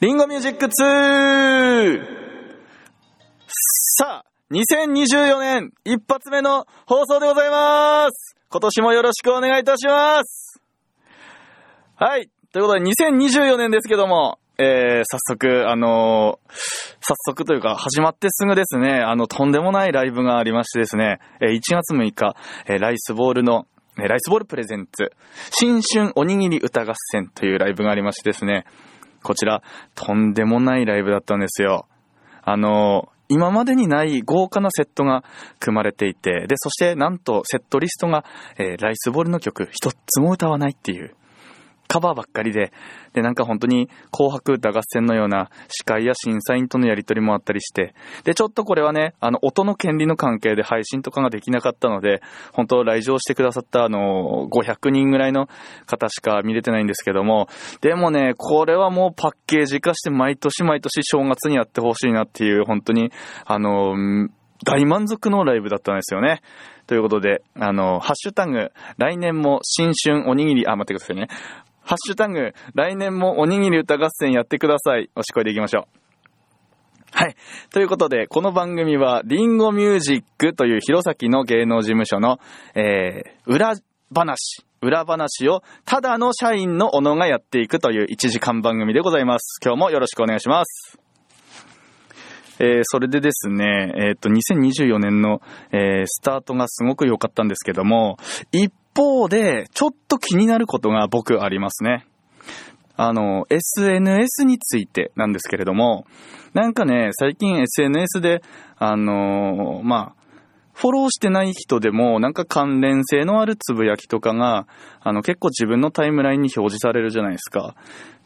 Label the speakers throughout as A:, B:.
A: リンゴミュージック 2! さあ、2024年一発目の放送でございます今年もよろしくお願いいたしますはい、ということで2024年ですけども、えー、早速、あのー早速というか始まってすぐですね、あの、とんでもないライブがありましてですね、えー1月6日、えーライスボールの、えーライスボールプレゼンツ、新春おにぎり歌合戦というライブがありましてですね、こちら、とんでもないライブだったんですよ。あの、今までにない豪華なセットが組まれていて、で、そしてなんとセットリストが、えーライスボールの曲一つも歌わないっていう、カバーばっかりで、で、なんか本当に紅白歌合戦のような司会や審査員とのやりとりもあったりして、で、ちょっとこれはね、あの、音の権利の関係で配信とかができなかったので、本当来場してくださったあの、500人ぐらいの方しか見れてないんですけども、でもね、これはもうパッケージ化して毎年毎年正月にやってほしいなっていう、本当に、あの、うん大満足のライブだったんですよね。ということで、あの、ハッシュタグ、来年も新春おにぎり、あ、待ってくださいね。ハッシュタグ、来年もおにぎり歌合戦やってください。おしこいでいきましょう。はい。ということで、この番組は、リンゴミュージックという弘前の芸能事務所の、えー、裏話、裏話を、ただの社員の小野がやっていくという1時間番組でございます。今日もよろしくお願いします。えー、それでですね、えっ、と、2024年の、えースタートがすごく良かったんですけども、一方で、ちょっと気になることが僕ありますね。あの、SNS についてなんですけれども、なんかね、最近 SNS で、あのーまあ、フォローしてない人でも、なんか関連性のあるつぶやきとかが、あの、結構自分のタイムラインに表示されるじゃないですか。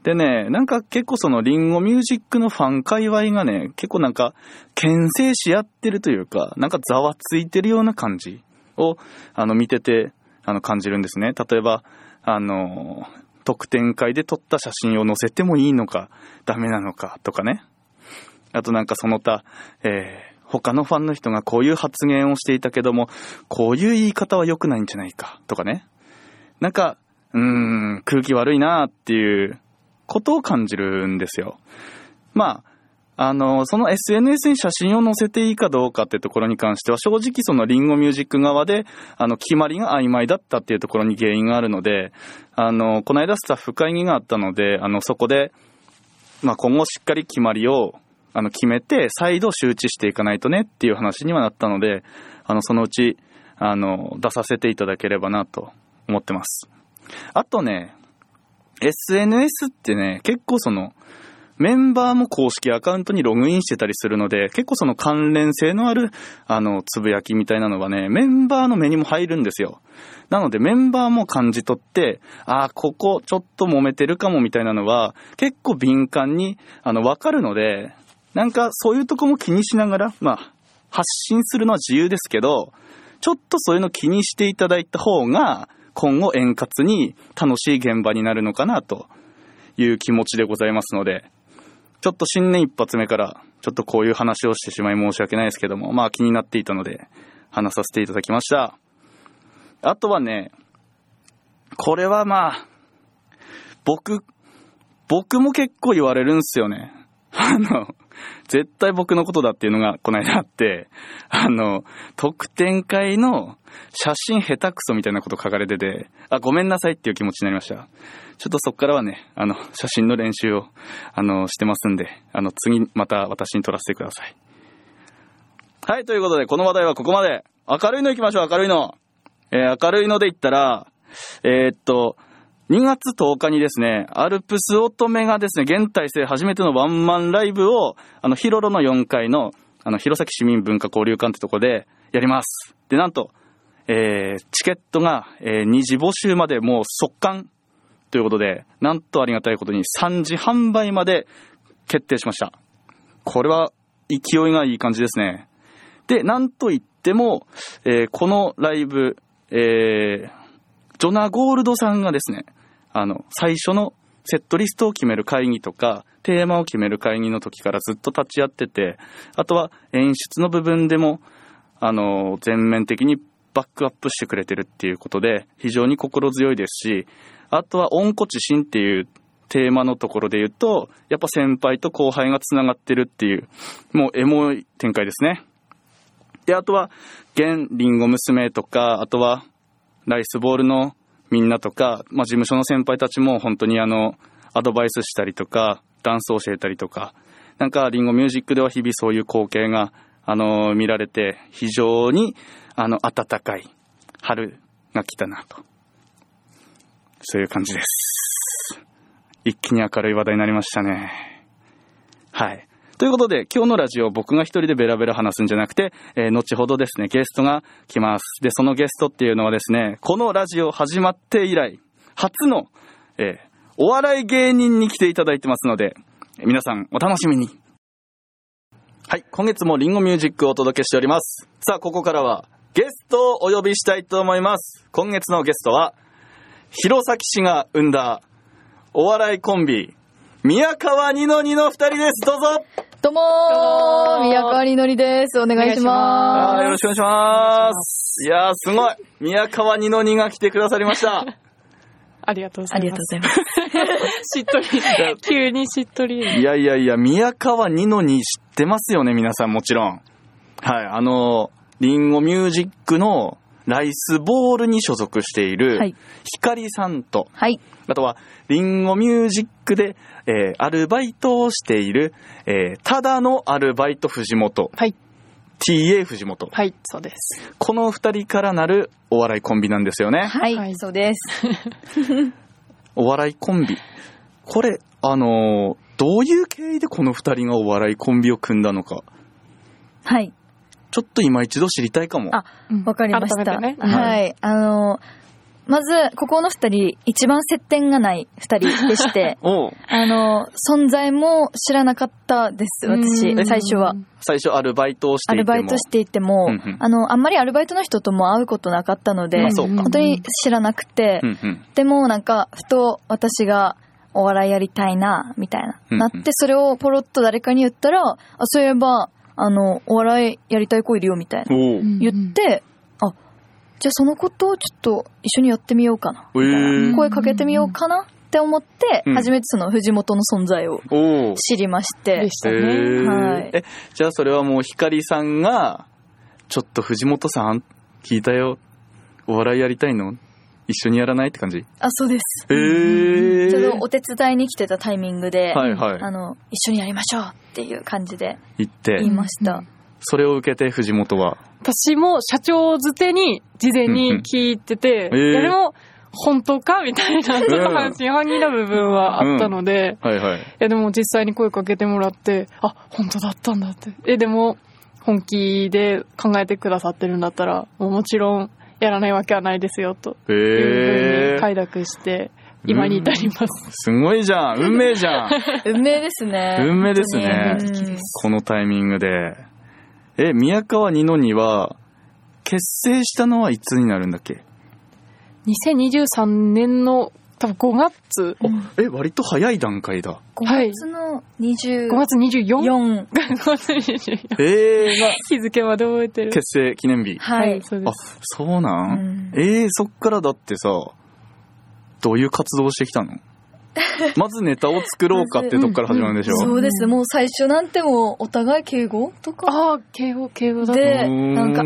A: でね、なんか結構そのリンゴミュージックのファン界隈がね、結構なんか、牽制し合ってるというか、なんかざわついてるような感じを、あの、見てて、あの、感じるんですね。例えば、あの、特典会で撮った写真を載せてもいいのか、ダメなのか、とかね。あとなんかその他、えー他のファンの人がこういう発言をしていたけども、こういう言い方は良くないんじゃないか、とかね。なんか、うーん、空気悪いなっていうことを感じるんですよ。まあ、あの、その SNS に写真を載せていいかどうかってところに関しては、正直そのリンゴミュージック側で、あの、決まりが曖昧だったっていうところに原因があるので、あの、この間スタッフ会議があったので、あの、そこで、まあ、今後しっかり決まりを、あの、決めて、再度周知していかないとねっていう話にはなったので、あの、そのうち、あの、出させていただければなと思ってます。あとね、SNS ってね、結構その、メンバーも公式アカウントにログインしてたりするので、結構その関連性のある、あの、つぶやきみたいなのはね、メンバーの目にも入るんですよ。なのでメンバーも感じ取って、ああ、ここちょっと揉めてるかもみたいなのは、結構敏感に、あの、わかるので、なんかそういうとこも気にしながら、まあ、発信するのは自由ですけど、ちょっとそういうの気にしていただいた方が、今後円滑に楽しい現場になるのかなという気持ちでございますので、ちょっと新年一発目から、ちょっとこういう話をしてしまい申し訳ないですけども、まあ気になっていたので、話させていただきました。あとはね、これはまあ、僕、僕も結構言われるんすよね。 あの、絶対僕のことだっていうのがこの間あって、あの、特典会の写真下手くそみたいなこと書かれてて、あ、ごめんなさいっていう気持ちになりました。ちょっとそっからはね、あの、写真の練習を、あの、してますんで、あの、次また私に撮らせてください。はい、ということで、この話題はここまで。明るいの行きましょう、明るいの。えー明るいので言ったら、えーっと、2月10日にですね、アルプス乙女がですね、現体制初めてのワンマンライブを、あの、ヒロロの4階の、あの、弘前市民文化交流館ってとこでやります。で、なんと、えーチケットが、え2次募集までもう速完ということで、なんとありがたいことに3次販売まで決定しました。これは勢いがいい感じですね。で、なんといっても、えーこのライブ、えージョナ・ゴールドさんがですね、あの、最初のセットリストを決める会議とか、テーマを決める会議の時からずっと立ち会ってて、あとは演出の部分でも、あの、全面的にバックアップしてくれてるっていうことで、非常に心強いですし、あとは、温故知新っていうテーマのところで言うと、やっぱ先輩と後輩が繋がってるっていう、もうエモい展開ですね。で、あとは、現リンゴ娘とか、あとは、ライスボールのみんなとか、まあ、事務所の先輩たちも本当にあの、アドバイスしたりとか、ダンスを教えたりとか、なんか、リンゴミュージックでは日々そういう光景が、あの、見られて、非常に、あの、暖かい春が来たなと。そういう感じです。一気に明るい話題になりましたね。はい。ということで、今日のラジオ、僕が一人でベラベラ話すんじゃなくて、えー後ほどですね、ゲストが来ます。で、そのゲストっていうのはですね、このラジオ始まって以来、初の、えーお笑い芸人に来ていただいてますので、えー皆さんお楽しみに。はい、今月もリンゴミュージックをお届けしております。さあ、ここからは、ゲストをお呼びしたいと思います。今月のゲストは、弘前市が生んだ、お笑いコンビ、宮川二の二の二人です。どうぞ
B: どうも
C: ど
B: ー
C: うもー
B: 宮川りのりです。お願いし
A: あ
B: ま
A: ーよろしくお願いします。いやー、すごい。宮川二の二が来てくださりました。
C: ありがとうご
B: す。
C: ざいます。
B: ざいます。
C: しっとり。急にしっとり。
A: いやいやいや、宮川二の二知ってますよね、皆さんもちろん。はい、あの、リンゴミュージックのライスボールに所属している、
B: はい
A: ひかりさんと、
B: はい。
A: あとは、リンゴミュージックで、えーアルバイトをしている、えーただのアルバイト藤本、
C: はい。
A: TA 藤本、
C: はい、そうです。
A: この二人からなるお笑いコンビなんですよね。
B: はい。
C: はい
B: そうです。
A: お笑いコンビ。これ、あのーどういう経緯でこの二人がお笑いコンビを組んだのか、
B: はい。
A: ちょっと今一度知りたいかも。
B: あわかりました。
C: 改めてね。
B: はい。あのー、まず、ここの二人、一番接点がない二人 でして、
A: おう
B: あのー、存在も知らなかったです、私
C: う、ん
B: 最初は。
A: 最初アルバイトをして
B: ア
A: いて
B: ル
A: も
B: バイトしていても、
A: うんうん
B: あの、あんまりアルバイトの人とも会うことなかったので、
A: あそうか
B: 本当に知らなくて、
A: うんうん
B: でもなんかふと私がお笑いやりたいなみたいな、
A: うんうん
B: なってそれをポロッと誰かに言ったらあそういえばあのお笑いやりたい子いるよみたいな
A: おう
C: うん
B: 言って、あじゃあそのことをちょっと一緒にやってみようかな、
A: えー
C: ん
B: 声かけてみようかなって思って、
A: うん
B: 初めてその藤本の存在を
A: おう
B: 知りまし
C: で
B: て
C: し
A: え
C: たね。
B: はい
A: え、じゃあそれはもうひかりさんが、ちょっと藤本さん、聞いたよ。お笑いやりたいの一緒にやらないって感じ
B: あそうです、
A: えー、
B: ちょうどお手伝いに来てたタイミングで、
A: はいはい
B: あの一緒にやりましょうっていう感じで
A: 行って
B: 言い、ました、
C: うん
A: それを受けて藤本は。
C: 私も社長づてに事前に聞いてて、
A: うんうんえー
C: 誰も本当かみたいな、ちょっと半信半疑な部分はあったので、
A: はいはい。
C: いやでも実際に声かけてもらって、あ、本当だったんだって。え、でも、本気で考えてくださってるんだったら、もうもちろんやらないわけはないですよ、と
A: え
C: いうふう
A: え
C: に快諾して、今に至ります。
A: すごいじゃん運命じゃん
B: 運命ですね
A: 運命ですね
B: 本当にうん
A: このタイミングで。え、宮川二の二は、結成したのはいつになるんだっけ
C: 2023年の多分5月、
A: え、割と早い段階だ。
C: は
B: 5
C: い
B: 月の24
C: 5月 24?
B: 四
C: 5月24
A: ええが、
C: 日付まで覚えてる。
A: 結成記念日。
B: はい、
C: そうで
A: あ
C: す。、
A: そうな、
B: うんん
A: ええそっからだってさ、どういう活動をしてきたのまずネタを作ろうかってとこから始まるんでしょ、
B: そうですもう最初なんてもうお互い敬語とか
C: ああ、敬語、敬語だった。
B: で
A: うーん
B: なんか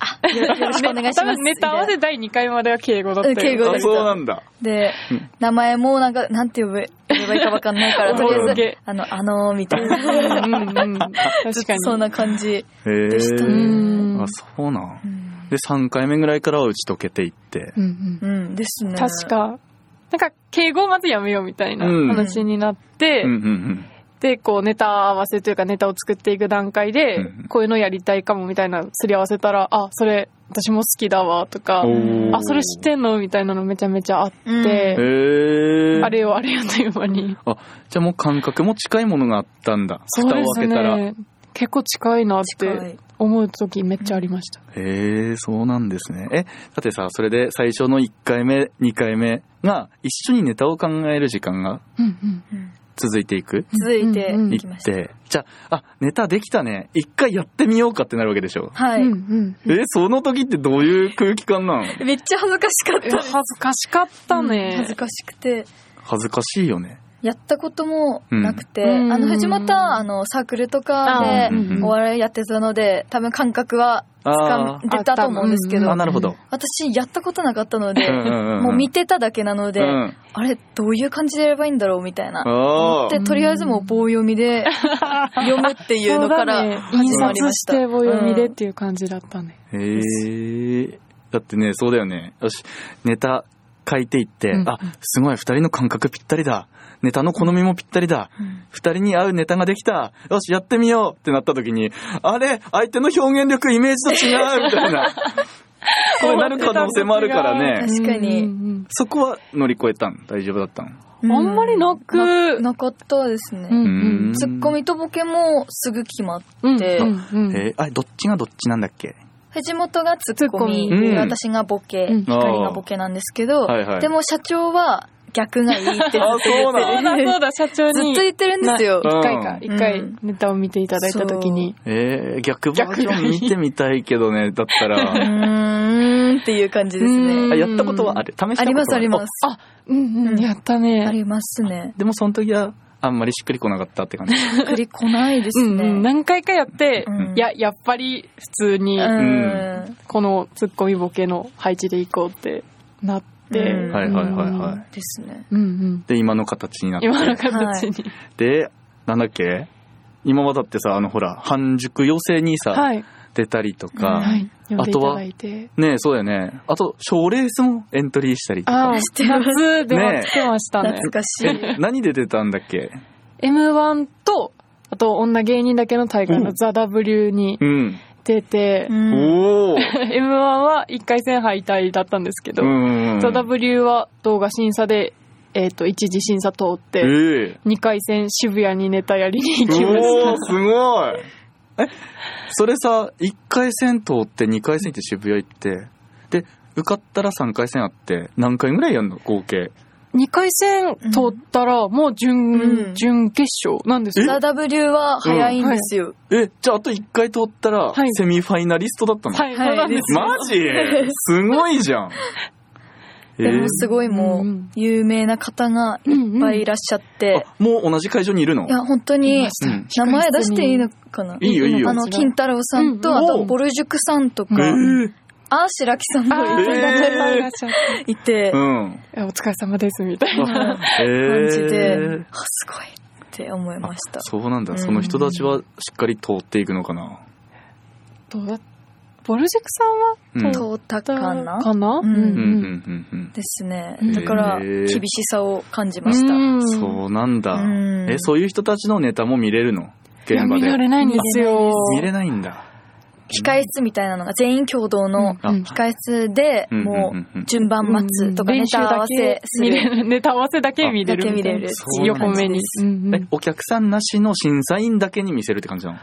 B: ああよろしくお願いし ます
C: 多分ネタ合わせ第2回までは敬語だったよ。
B: うん敬語
A: あ、そうなんだ。
B: で
A: うん
B: 名前もなんかなんて呼べ呼べばいいかわかんない からと
A: お
B: りあ
A: ぼろ
B: えず
C: げ
B: あのあのーみたいな
C: うんうん うん。確かに。
B: そんな感じ
A: ええ
B: でした
C: う
B: ね
C: ん
A: あ、そうなん
B: うん、
A: で、3回目ぐらいからは打ち解けていって。
C: うんうん
B: うん、ですね
C: 確か、なんか敬語をまずやめようみたいな
A: うん
C: 話になって、
A: うんうんうん。
C: で、こうネタ合わせというかネタを作っていく段階で、
A: うん
C: こういうのやりたいかもみたいなすり合わせたら、あ、それ私も好きだわとか、
A: おー
C: あ、それ知ってんのみたいなのめちゃめちゃあっ
B: うん
C: て、
A: へえ。
C: あれよあれよという間に。
A: じゃあもう感覚も近いものがあったんだ。蓋を開けたら。へ。
C: 結構近いなっ
B: 近
C: て
B: い
C: 思う時めっちゃありました。
A: え、そうなんですね。え、だってさ、それで最初の1回目、2回目が一緒にネタを考える時間が
C: うんうん。
B: うん
A: 続いていく
B: 続いて
C: うんうん
B: い
A: い
B: きま
A: っ
B: した、
A: て。じゃあ、あ、ネタできたね。一回やってみようかってなるわけでしょ。
B: はい、
C: うんうんうん
A: え、その時ってどういう空気感なの
B: めっちゃ恥ずかしかった
C: 恥ずかしかった
B: うん恥
C: ね
B: ず。かしくて
A: 恥ずかしいよね。
B: やったこともなくて、
C: うん
B: あの
C: うん
B: 始まったあのサークルとか
A: あーうん
B: で
A: うん
B: お笑いやってたので多分感覚は
A: あ
B: 掴んでたと思うんですけ
A: あ、
B: ど
A: あなるほど。
B: 私やったことなかったの
A: う
B: で
A: んうん うん
B: もう見てただけなので、
A: うん
B: あれどういう感じでやればいいんだろうみたいな
A: おー
B: でとりあえずもう棒読みで読むっていう のから
C: 印
B: 始まりま
C: 刷
B: し、
C: したて棒読みでっていう感じだったね。
A: へえ。だってね、そうだよね。よし、ネタ書いていって、
C: うん
A: あ、すごい、二人の感覚ぴったりだ。ネタの好みもぴったりだ。二人に合うネタができた。よし、やってみようってなった時に、あれ相手の表現力、イメージと違うみたい な。こうなる可能性もあるからね。
B: 確かに
C: うんうん
A: そこは乗り越えたん大丈夫だったん
C: うんあんまりな
B: な
C: く、
B: なかったですね、
C: うん
A: うん
B: ツッコミとボケもすぐ決まっで
C: うんうん
A: えーあ、どっちがどっちなんだっけ
B: 藤本がツッコミ
A: ツッコミうん
B: で私がボケ、
C: うん
B: 光がボケなんですけど、
A: はいはい
B: でも社長は逆がいいってずっ
A: あ、そう
C: そ
A: な
C: うんだ そうだ、社長
B: と
C: に。
B: 言ってるんですよ
A: な。
C: 一回か、
A: うん
C: 一回
B: うん
C: ネタを見ていただいたときに。
A: えー逆バージョン見てみたいけどね、だった
B: う
A: ら。
B: ーんっていう感じです
C: う
B: ね。
C: ん
A: あやったことはある試したことは
B: ありますあります。
C: あ、うん
B: う
C: うんん、やったね。
B: ありますね。
A: でもその時は、あんまりしっくりこなかったって感じ。
B: しっくりこないで
C: う
B: す
C: んうん、
B: ね。
C: 何回かやって、
B: うん
C: いや、やっぱり普通に、
B: うん。
C: このツッコミボケの配置でいこうってなって、
B: うん
A: はいはいはいはい。
B: ですね。
C: うんうん。
A: で、今の形になっ
C: 今の
A: て。
C: 形に。
A: で、なんだっけ今はだってさ、あのほら、半熟養成にさ、
C: はい。
A: 出たりとか、
C: はい。
A: あ
C: 読んでい
A: と
C: た
A: は
C: だいて。
A: ねえそうだよね。あと、賞レースもエントリーしたりと
C: あ
A: か
C: あ。、夏では来てましたね。
B: 懐かしい。
A: え何で出たんだっけ
C: M1 と、あと女芸人だけの大会
A: う
C: の
A: ん
C: ザ・ W に
A: うん。
C: 出て
B: う、ん
A: おお
C: M1 は1回戦敗退だったんですけ ど、
A: うん。
C: ザ・ W は動画審査で、えっ、と、一次審査通っ
A: え
C: て、
A: え
C: 2回戦渋谷にネタやりに行きま
A: お
C: し
A: おすごいえそれさ、1回戦通って2回戦行って渋谷行って、で、受かったら3回戦あって、何回ぐらいやんの合計。
C: た。2回戦通ったら、もう準、
B: うん
C: 準決勝なんですよ
B: ザ・ W は早いんですよ。
A: え、じゃああと1回通ったら
C: は、い
A: セミファイナリストだったの、
C: はい、そうなんですよ。
A: マジすごいじゃん。え
B: で
A: ー
B: もすごいも
C: う、
B: うん有名な方がいっ
C: い
B: ぱいいらっしゃって、
A: あもう同じ会場にいるの
B: いや、本当
C: い
B: に
C: ま、した
A: うん
B: 名前出していいのかない
A: いよいいよ
B: あの、金太郎さんと、
C: うん
B: あ
A: うん
B: と、ボルジュクさんとか、
C: う
A: え
C: ん
A: ー
B: あーしらきさん
C: あ
B: も
C: ー、
B: い
C: そうだ
A: えー
C: いっぱいいらっしゃって
B: いて、
A: うん。
C: いやお疲れ様です、みたいな。
A: あえ
B: 感じで、
A: ー
B: あ、すごいって思いました。
A: そうなん
B: う
A: だ。
B: ん
A: その人たちはしっかり通っていくのかな。
C: どうだボルジェクさんは
A: うん。うん
B: 通ったかな
C: かな
B: う
C: うん
A: う
C: んうん
A: う
C: ん。
A: んうん。
B: ですね
C: へ。ー
B: だから、厳しさを感じました。
A: そうなんだ。
B: うん
A: え、そういう人たちのネタも見れるの
C: い
A: 現
C: や
A: 場
C: 見
A: で
C: ら。れないんですよ。
A: 見れないんだ。
B: 控室みたいなのが全員共同の
A: あ
C: うん
B: 控室で、
A: うんうんうん
B: もう、順番待つとかネタ合わせす
C: 練習だけ見
B: る。
C: れるネタ合わせだけ見れる。
B: だけ見れる
A: っていう
C: 横
A: 感じです
C: 目に。うんう
A: え
C: ん、
A: お客さんなしの審査員だけに見せるって感じなの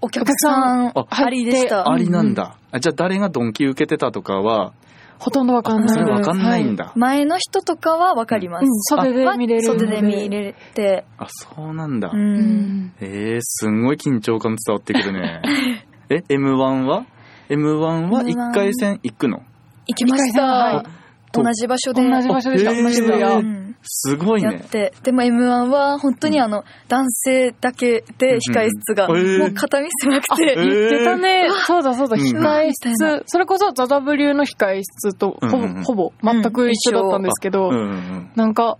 B: お客さん
A: お客さん
B: ありでした。
A: ありなんだ。あじゃあ誰がドンキ受けてたとかは、
C: ほとんどわかん
A: あ
C: ない。
A: それわかんないんだ。
B: 前の人とかはわかりま
C: は
B: す
C: い。。うん、袖で見れる。
B: 袖で見れて、
A: あ、そうなんだ。
B: う。
C: うんん。
A: えー、すんごい緊張感伝わってくる ね。え、M1 は ?M1 は
B: M1
A: 1回戦行くの
B: 行きまし
C: は
B: た
C: い。
A: と
B: 同じ場所で。
C: 同じ場所でした。
A: あえー
C: 渋
B: う
C: 谷。
B: ん
A: すごい
B: や
A: ね
B: っ。て。でも M1 は本当にあの、男性だけで控室が、
A: うんうんうん
B: もう肩身狭くて
A: あえ、ー
C: 言ってたね。そうだそう
A: う
C: だ、
A: ん
C: 控
B: みたい
C: 室。それこそザ・ W の控室とほ
A: うんうん
C: ぼ、ほぼ、全く一緒だったんですけ
A: う
C: ど
A: ん、うん
C: なんか、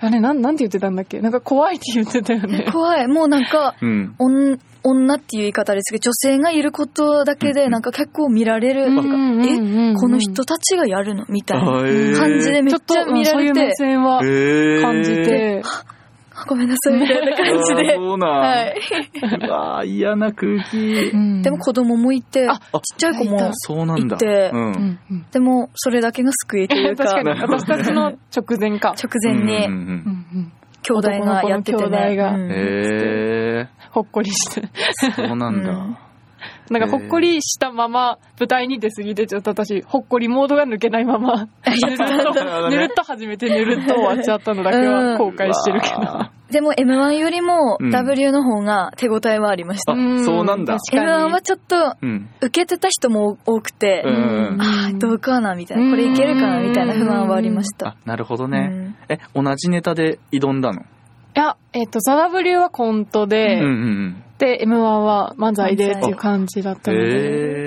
C: あれ、なん、なんて言ってたんだっけなんか怖いって言ってたよ ね。
B: 怖い。もうなんか、
A: うん。うん。
B: おん女っていう言い方ですけど、女性がいることだけ
A: う
B: で、
A: ん
B: なんか結構見られる。
C: うん
B: なんか
C: うん
B: え
C: うんうん
B: この人たちがやるのみたいな
A: あえー
B: 感じでめっちゃ見ら
C: そうい
B: れ
C: う
B: て
C: 目、線は感
A: 感
C: じて、
B: あごめんなさいみたいな感じで。
A: そうなん。
B: はい。
A: うわー嫌な空気。
B: でも子供もいて、ちっ
C: あ
B: ちゃい子も
C: いた
A: そうなんだ。
B: 行って
A: うん
C: うんうん
B: でも、それだけが救いという
C: 確
B: か、
C: かに
B: 直
C: 私たちの直前か、
B: 前
A: うん
B: に
A: うん
C: う
A: うんん
C: うん、
B: 兄弟がやっててね。
C: 男の子の兄弟が
B: う
A: へ
B: ん
A: え
C: ほっこりして
A: ー、そうなんだ。
B: うん
C: なんかほっこりしたまま舞台に出過ぎてちょっと私ほっこりモードが抜けないままぬるっと ぬるっと始めてぬるっと終わっちゃったのだけは後悔してる けど。
A: わ
B: でも M1 よりも
A: うん
B: W の方が手応えはありました。
A: あそうなんだ
C: 確
B: M1
C: か
B: は
C: に。
B: ちょっと
A: ーうん。
B: 受けてた人も多くて、
A: うん
B: ああ、どうかなみたい
C: う
B: な、
C: ん
B: これいけるかなみたいな不安はありました
A: あ。、なるほど
B: う
A: ね。
B: ん
A: え、同じネタで挑んだの
C: いや、えっ、と、ザ・ W はコント
A: う
C: で、
A: んうん
C: で、M1 は漫才でっていう感じだっ
A: う
C: た
A: ん。
C: ので、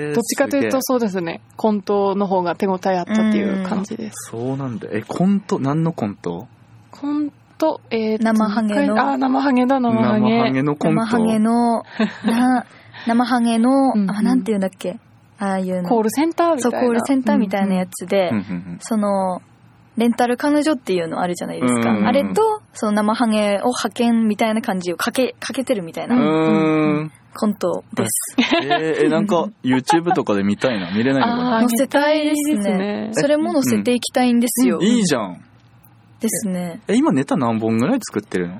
A: へえ。
C: どっちかというと
A: す
C: そうですね、コントの方が手応えあったっていう感じです。
A: げえそうなんだ。え、コント、何のコント
C: コント、えーと、
B: 生ハゲの
C: あ、生ハゲだ、生ハゲ。
A: 生ハゲのコント。
B: 生ハゲ の、な、生ハゲの、
C: うん
B: あ、なんて言うんだっけああいうの。
C: コールセンターみた
B: そ、
C: いうな。
B: コールセンターみたいなやつで、
A: うんうん
B: その、レンタル彼女っていうのあるじゃないですか。
A: うんうんうん
B: あれと、その生ハゲを派遣みたいな感じをかけ、かけてるみたい
A: うん。
B: な
A: うーん。
B: コントです。
A: えーえ、なんか、YouTube とかで見たいな。見れないのか
C: あ
A: な
B: 載
C: ー
B: せたいです
C: 見たい
B: ね
C: で。すね
B: それも載せていきたいんですよ。
A: いいじゃん。
B: ですね。
A: え、今ネタ何本ぐらい作ってるの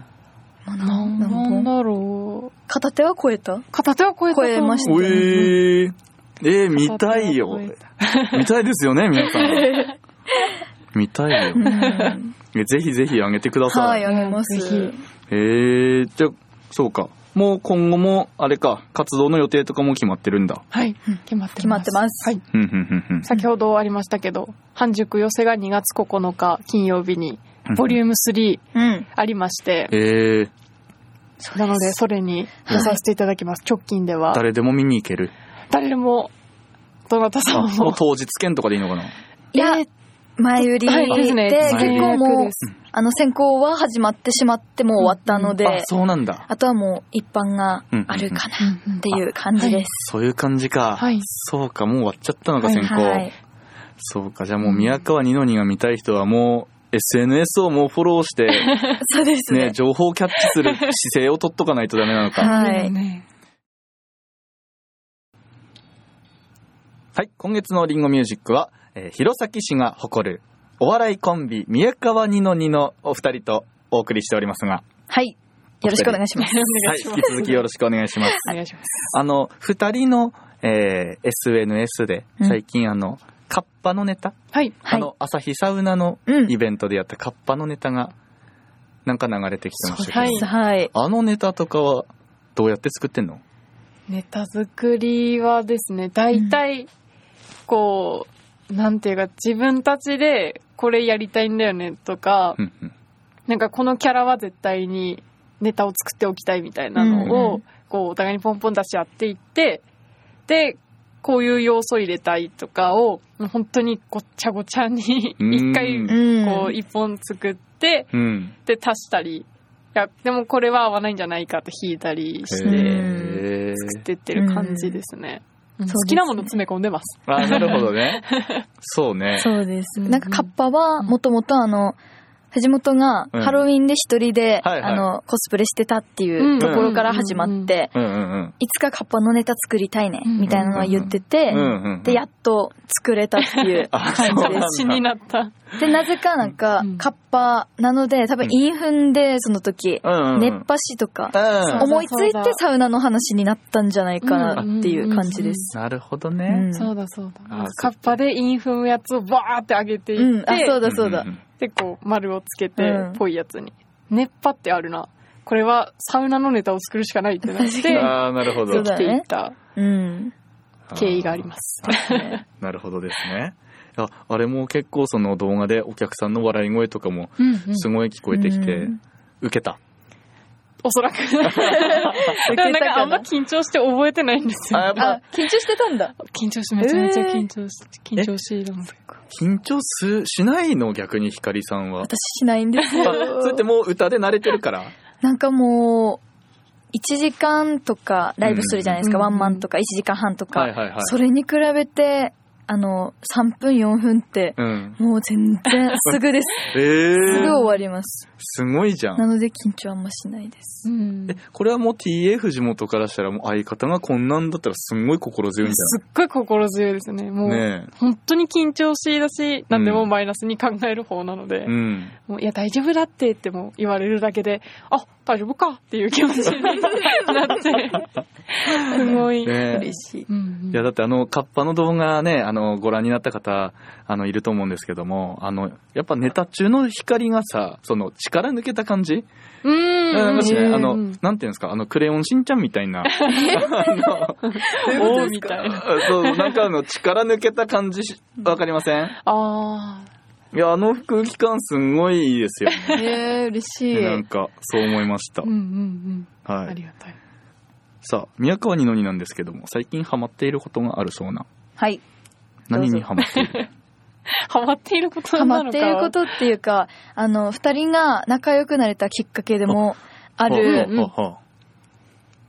B: まあ
C: な
B: なんんなんぼ
C: だろう。
B: 片手は超えた
C: 片手は超えたと思う
B: 超えまし
A: お
B: た
A: えー。えー、見たいよ
C: 片手は。超えた
A: 見たいですよね、皆さん。見たいよ
B: う。ん
A: えぜひぜひ上げてくださ。
B: はいい、あげます。
C: ぜ
A: えー、じゃあそうか。もう今後も、あれか、活動の予定とかも決まってるんだ。
C: はい。
B: うん
C: 決まってます。
B: 決まってます
C: はい。
A: うん、うん、うん、
C: 先ほどありましたけど、半熟寄せが2月9日金曜日に、
A: うん。
C: ボリューム3
B: うん。
C: ありまして、
A: えー、
C: なので、それに出させていただきます。直近では。
A: 誰でも見に行ける。
C: 誰でも、どなたさ
A: あ、
C: ん
A: もう
C: も。
A: 当日券とかでいいのかな。
B: いや
C: えー
B: 前売りで、
C: はいですね
B: 結
A: 前売り
B: 構
C: 予約
B: もう
C: で、す
B: あの、選考は始まってしまってもう終わったので、
A: あ、そうなんだ。
B: あとはもう一般があるかな
C: うんうん
B: っていう感じです。
A: そういう感じか。
C: はい
A: そうか、もう終わっちゃったのか、
C: はい
A: 先行。
B: はい。
A: そうか、じゃあもう宮川二の二が見たい人はもう、SNS をもうフォローして、
B: そうです
A: ね、
B: ね。
A: 情報をキャッチする姿勢を取っとかないとダメなのか。
B: はい。
C: ね
A: はい、今月のリンゴミュージックは、えー弘前市が誇るお笑いコンビ、宮川二の二のお二人とお送りしておりますが、
B: はい。よろしくお願いします。
A: はい、引き続きよろしくお願いし ます。
C: お願いします。
A: あの、二人の、えー SNS で、
B: うん
A: 最近あの、カッパのネタ、
C: はい。
B: は
A: あ
B: い。
A: の、朝日サウナの
B: うん
A: イ。ベントでやったカッパのネタが、なんか流れてきてましたけど、
C: そうです
B: はい。
A: あのネタとかは、どうやって作ってんの
C: ネタ作りはですね、大体、こう、なんていうか、自分たちでこれやりたいんだよねとか
A: う、んうん
C: なんかこのキャラは絶対にネタを作っておきたいみたいなの
B: う
C: を
B: ん、
C: こう、お互いにポンポン出し合っていって、で、こういう要素入れたいとかを、もう本当にごっちゃごちゃに、
A: うん
C: 一回、
B: うん。
C: こう、一本作って、
A: うん。
C: で、足したり、いや、でもこれは合わないんじゃないかって引いたりして、
A: へー
C: 作ってってる感じですね。うん
B: そうですね
C: 好きなもの詰め込んでます。
A: あ、なるほど ね。そうね。
B: そうです。
C: うん
B: なんかカッパは、もともとあの、藤本が
A: うん
B: ハロウィンで一人で、
A: はいはい
B: あの、コスプレしてたっていうところから始まって、
C: うん
A: うんうん
B: いつかカッパのネタ作りたいね、
C: うん
B: みたいなのは言ってて、
A: うん。うんうん。
B: で、やっと作れたっていう
A: あ
B: 感
A: そう
B: じ
A: なん
B: で
A: だ
C: 死になった。
B: す。で、なぜかなんか
C: うん、
B: カッパなので、多分インフンで、その時、
A: うんうんうん。
B: 熱波師とか、
A: うん
C: そう
B: 思いついてサウナの話になったんじゃないかなっていう感じです。
A: なるほど
B: う
A: ね。
B: ん。
C: そうだそうだ。
A: あー
C: カッパでインフンやつをバーって上げていっ
B: うんあ
C: て、
B: そうだそうだ
A: んんん。
C: で、こう丸をつけ
B: う
C: て
B: ん、
C: ぽいやつに。熱波ってあるな。これはサウナのネタを作るしかないってなって、
B: 確か
A: ああ、なるほ
B: そ
A: ど
B: う。だ
C: でき
B: ね
C: ていった
B: うん。
C: 経緯があります。
A: あー。なるほどですね。ああれも結構その動画でお客さんの笑い声とかも
C: うんうん
A: すごい聞こえてき
B: う
A: て
B: ん、
A: ウケた。
C: おそ らく。でもなんかあんま緊張して覚えてないんです
A: あ、や
C: よ
A: っ。ぱ
B: あ、緊張してたんだ。
C: 緊張してめちゃめちゃ緊張し、緊張しいだもん。
A: 緊張す、しないの逆にひかりさんは。
B: 私しないんです
A: あ
B: よ。
A: それってもう歌で慣れてるから。
B: なんかもう、1時間とかライブするじゃないですか、
C: うん
B: ワンマンとか1時間半とか、
A: はいはいはい。
B: それに比べて、あの、3分、4分って、
A: うん。
B: もう全然すぐです。
A: え
B: すぐ
A: ー、
B: 終わります。
A: すごいじゃ。
B: なんので緊張あんましないです。
C: うん
A: え、これはもう TA 藤本からしたら、もう相方がこんなんだったらすんごい心強いんじ
C: すっごい心強いですね。
A: ゃ
C: もう、
A: ないね
C: 本当に緊張しいだし、なんでもマイナスに考える方なので、
A: え。うん。
C: もういや、大丈夫だってってもう言われるだけで、あ、大丈夫かっていう気持ちにな って、すごい。
A: ねえ
B: 嬉。しい。
C: うん
A: いや、だってあの、カッパの動画ね、あの、ご覧になった方、あの、いると思うんですけども、あの、やっぱネタ中の光がさ、その、力抜けた感じ
C: うん
A: うん、もしね、あの、
C: う
A: なん
C: ん
A: ていうんですか、あの、クレヨンしんちゃんみたいな。
C: 王みたいな。
A: あ そう、なんかあの、力抜けた感じし、わかりません
C: あ
A: いや、あの空気感すごいいいですよね。
B: えー、嬉しい。
A: なんか、そう思いました
C: あ、うん。うんうん。
A: は
C: あ
A: い。
C: りがたい。
A: さあ、宮川にのになんですけども、最近ハマっていることがあるそうな。
B: はい。
A: 何にハマっている
C: ハマっていること
B: ハ
C: な
B: マ
C: の
B: って
C: か
B: いることっていうか、あの、二人が仲良くなれたきっかけでもある、
A: ほうほうほうほう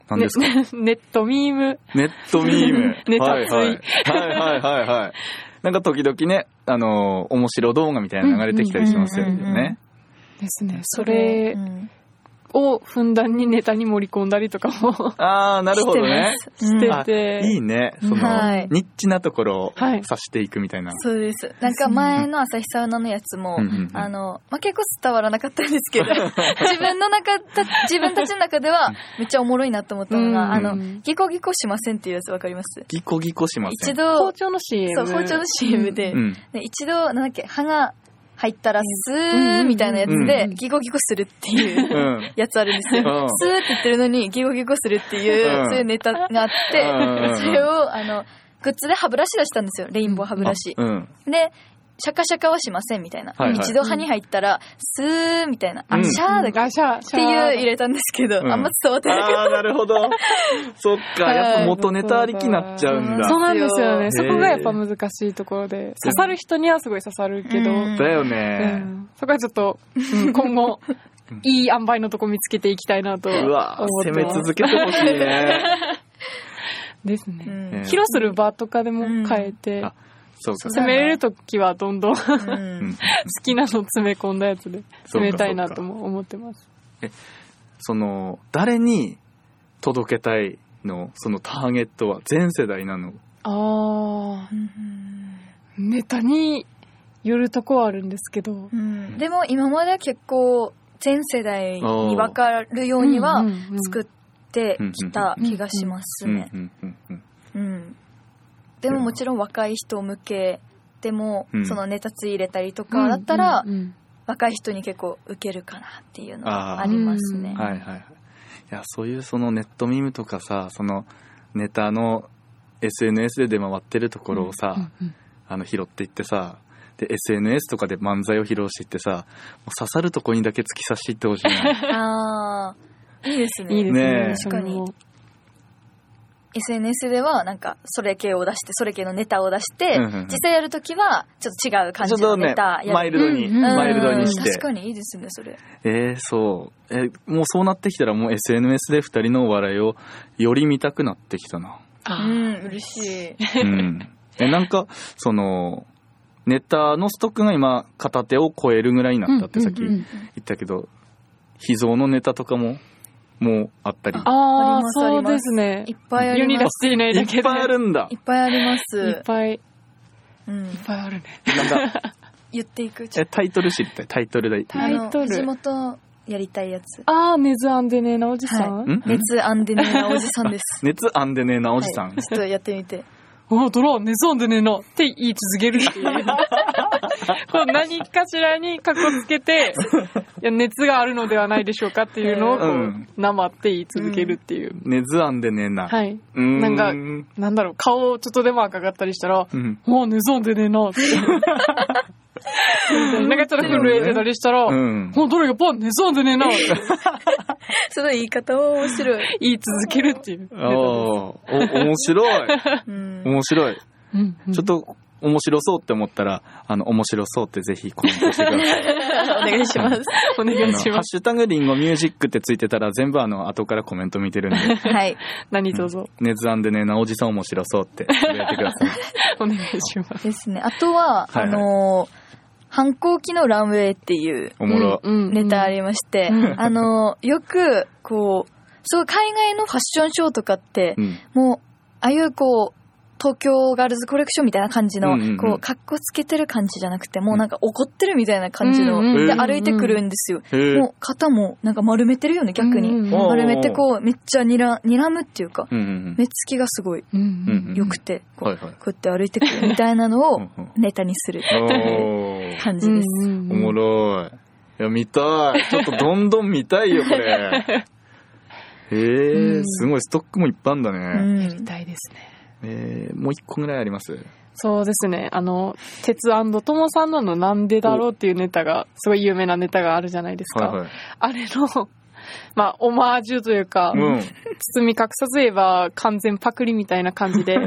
A: 何ですか
C: ねネットミーム。。
A: ネットミー ム
C: ネタ
A: は
C: つ
A: い
C: い
A: はい。はいはいはいはい。なんか時々ね、あのー、面白動画みたいなの流れてきたりしますよ
B: うんうんうんうん
A: ね。
C: ですね。それ
B: うん
C: をふんだんにネタに盛り込んだりとかも
A: ああ、なるほどね。
B: 知ってます
C: し
B: うん
C: てて。
A: いいね。その、
B: はい
A: ニッチなところを
C: はい
A: 指していくみたいな。
B: そうです。なんか前の朝日サウナのやつも
A: うんうんう、ん
B: あの、まあ、結構伝わらなかったんで すけど、自分の中た、自分たちの中ではめっちゃおもろいなと思ったの
C: うん
B: が、あ
A: う
B: の、ギコギコしませんっていうやつわかります
A: ギコギコしませ
B: 一
A: ん。
B: 度
C: 包、丁の CM。
B: そう、包丁の CM で
A: う、ん。
B: で一度、なんだっけ、歯が入ったらス
C: うんう
B: ー
C: ん
B: みたいなやつ
C: う
B: で
C: ん、
B: ギコギコするってい う
A: う。
B: うんやつあるんですよ。
A: うん
B: スーって言ってるのにギコギコするっていう、
A: うん
B: そういうネタが
A: う
B: あっ
A: ん
B: て、それを、あの、グッズで歯ブラシ出したんですよ。レインボー歯ブラシ。
A: うん。
B: で、シャカシャカはしませんみたいな。
A: はいはい
B: 一度歯に入ったら、スーみたいな。あ、
A: うん
B: シャーだっけっ
C: あ、シャー、シ
B: ていう入れたんですけど、
A: うん
B: あんま伝わってなかっ
A: ああ、なるほど。 そっか、やっぱ元ネタありきになっちゃうん
B: ー
C: そ
A: だ
C: う。なんですよ
A: へ
C: ね。
A: ー
C: そこがやっぱ難しいところで。刺さる人にはすごい刺さるけど、
B: う
C: うん
B: ん
A: だよ
C: う
A: ね。
C: んそこはちょっと、 うん今後、いい塩梅のとこ見つけていきたいなと。
A: うわ
C: 思っ
A: 攻
C: て
A: め
C: ます
A: 続けてほしい ね。
C: です
B: た。う
C: ね。
B: ん
A: え
C: 披露する場とかでも変え
A: うん
C: て
A: あ、そうか。
C: 攻めれるときはどん どん好
B: うん
A: うん
C: きなの詰め込んだやつで
A: そうか
C: 攻めたいなとも思ってます。
A: その、誰に届けたいのそのターゲットは全世代なの。
C: あ
B: うん
C: ー、ネタによるとこはあるんですけど。
B: うんでも今までは結構、全世代に分かるようには
C: うんうんうん
B: 作ってきた気がします
A: うん
B: ね。
A: うんうんうん
B: うん。でももちろん若い人向けでも
A: うん、
B: そのネタつ入れたりとかだったら
C: うん、うんうん
B: 若い人に結構受けるかなっていうのはありますね。
C: あー
A: はいはいはい。いや、そういうそのネットミームとかさ、そのネタの SNS で出回ってるところをさ、
C: うんうん
A: あの拾っていってさ、で、SNS とかで漫才を披露していってさ、もう刺さるとこにだけ突き刺していってほしいな。
B: ああ、いいですね。
C: いいです
A: ね
C: ね
A: え。
C: それも
B: SNS ではなんか、それ系を出して、それ系のネタを出して、
A: うんうんうん
B: 実際やるときは、ちょっと違う 感
A: ち
B: じ
A: ょっと
B: の
A: ね
B: ネタ、や
A: マ
B: る。
A: イルドに、
C: うんうん
A: マイルドにし
B: 確
A: て。
B: かにいいですね、それ。
A: えー、そう。えもうそうなってきたらもう SNS で二人のお笑いをより見たくなってきたな。
B: う
C: あー
B: ん、嬉しい。
A: うん。え、なんか、その、ネタのストックが今、片手を超えるぐらいになったってさっき
C: うんうんう
A: 言
C: ん
A: ったけど、秘蔵のネタとかも、もうあったり。
C: あ
B: あり
C: あ、
B: ますあ
C: そ
B: り
C: う
B: ます
C: ですね
B: い。っぱいあ
C: 世
B: り
C: に出
B: ま
C: し
B: す。
C: ていない
A: い
C: だ
A: っ
C: けで。
A: ぱいあるんだ
B: い。っぱいありま
C: いっ
B: す。
C: ぱい。いっ
B: うん、
C: ぱいあるね。
A: なん か、
B: 言っていく。
A: え、タイトル知りたい、タイトルで。
C: タイトル
B: あの地元やりたいやつ。
C: ああ、ネズアンデネーなおじさん。
B: は
A: ん
B: 熱あんでねえなおじさんです。
A: 熱あんでねえな、おじさん。
B: はいちょっとやってみて。
C: ああ、ドラ、ネズアンデネーなって言い続けるっていう。こう何かしらにかっこつけて、いや熱があるのではないでしょうかっていうのをこう、
A: うん
C: 生って言い続けるっていう。
A: 熱あんでねえな。
C: はい。
A: うーん。
C: なんか
A: うん。
C: なんだろう、顔をちょっとでも赤かったりしたら、もう寝そうでね え なって。なんかちょっと震えてたりしたら、
A: う
C: も
A: ん。
C: うどれがパン寝そうでね えなって
B: その言い方は面白い。
C: 言い続けるっていう。
A: おーお、面白い。
B: うん。
A: 面白い。
C: うんうん
A: ちょっと、面白そうって思ったら、あの、面白そうってぜひコメントしてください。
B: お願いします。
C: お願い
A: あ
C: し
A: のハッ
C: ます。
A: シュタグリンゴミュージックってついてたら全部あの、後からコメント見てるんで、
B: はい。
C: 何卒
A: 熱案でね、なおじさん面白そうってつぶやいてください。
C: お願いします。
B: ですね。あとは、
A: はいはい
B: あのー反抗期のランウェイっていう
A: おもろ。
C: うんうん
B: ネタありまして、
C: うん
B: あのーよく、こう、そう、海外のファッションショーとかって、
A: うん。
B: もう、ああいうこう、東京ガールズコレクションみたいな感じの、
A: うんうんうん
B: こう、格好つけてる感じじゃなくて、もうなんか怒ってるみたいな感じの、
C: うん
A: うん
B: で
A: うん
B: 歩いてくるんですよ。
A: へー
B: もう肩もなんか丸めてるよね、逆に。
C: うんうん
A: お
B: 丸めてこう、めっちゃにら、睨むっていうか、
A: うんうん
B: 目つきがすごい
C: うん
A: うん
B: 良く
A: う
B: て、
A: ん。
B: こう
A: はいはい。
B: こうやって歩いてくるみたいなの
A: う
B: を
A: んうん
B: ネタにする
A: おー
B: 感じです。
C: うん
A: おもろい。いや、見たい。ちょっとどんどん見たいよ、こ れ。え
C: う
A: ー、
C: ん
A: すごい、ストックもいっぱいあんだ
B: う
A: ね。
B: ん。
C: たいですね。
A: えー、もう一個ぐらいあります。
C: そうですね。あの、鉄ともさんののなんでだろうっていうネタが、すごい有名なネタがあるじゃないですか。
A: はいはい。
C: あれの、 まあ、オマージュというか、
A: うん。
C: 包み隠さず言えば完全パクリみたいな感 じで、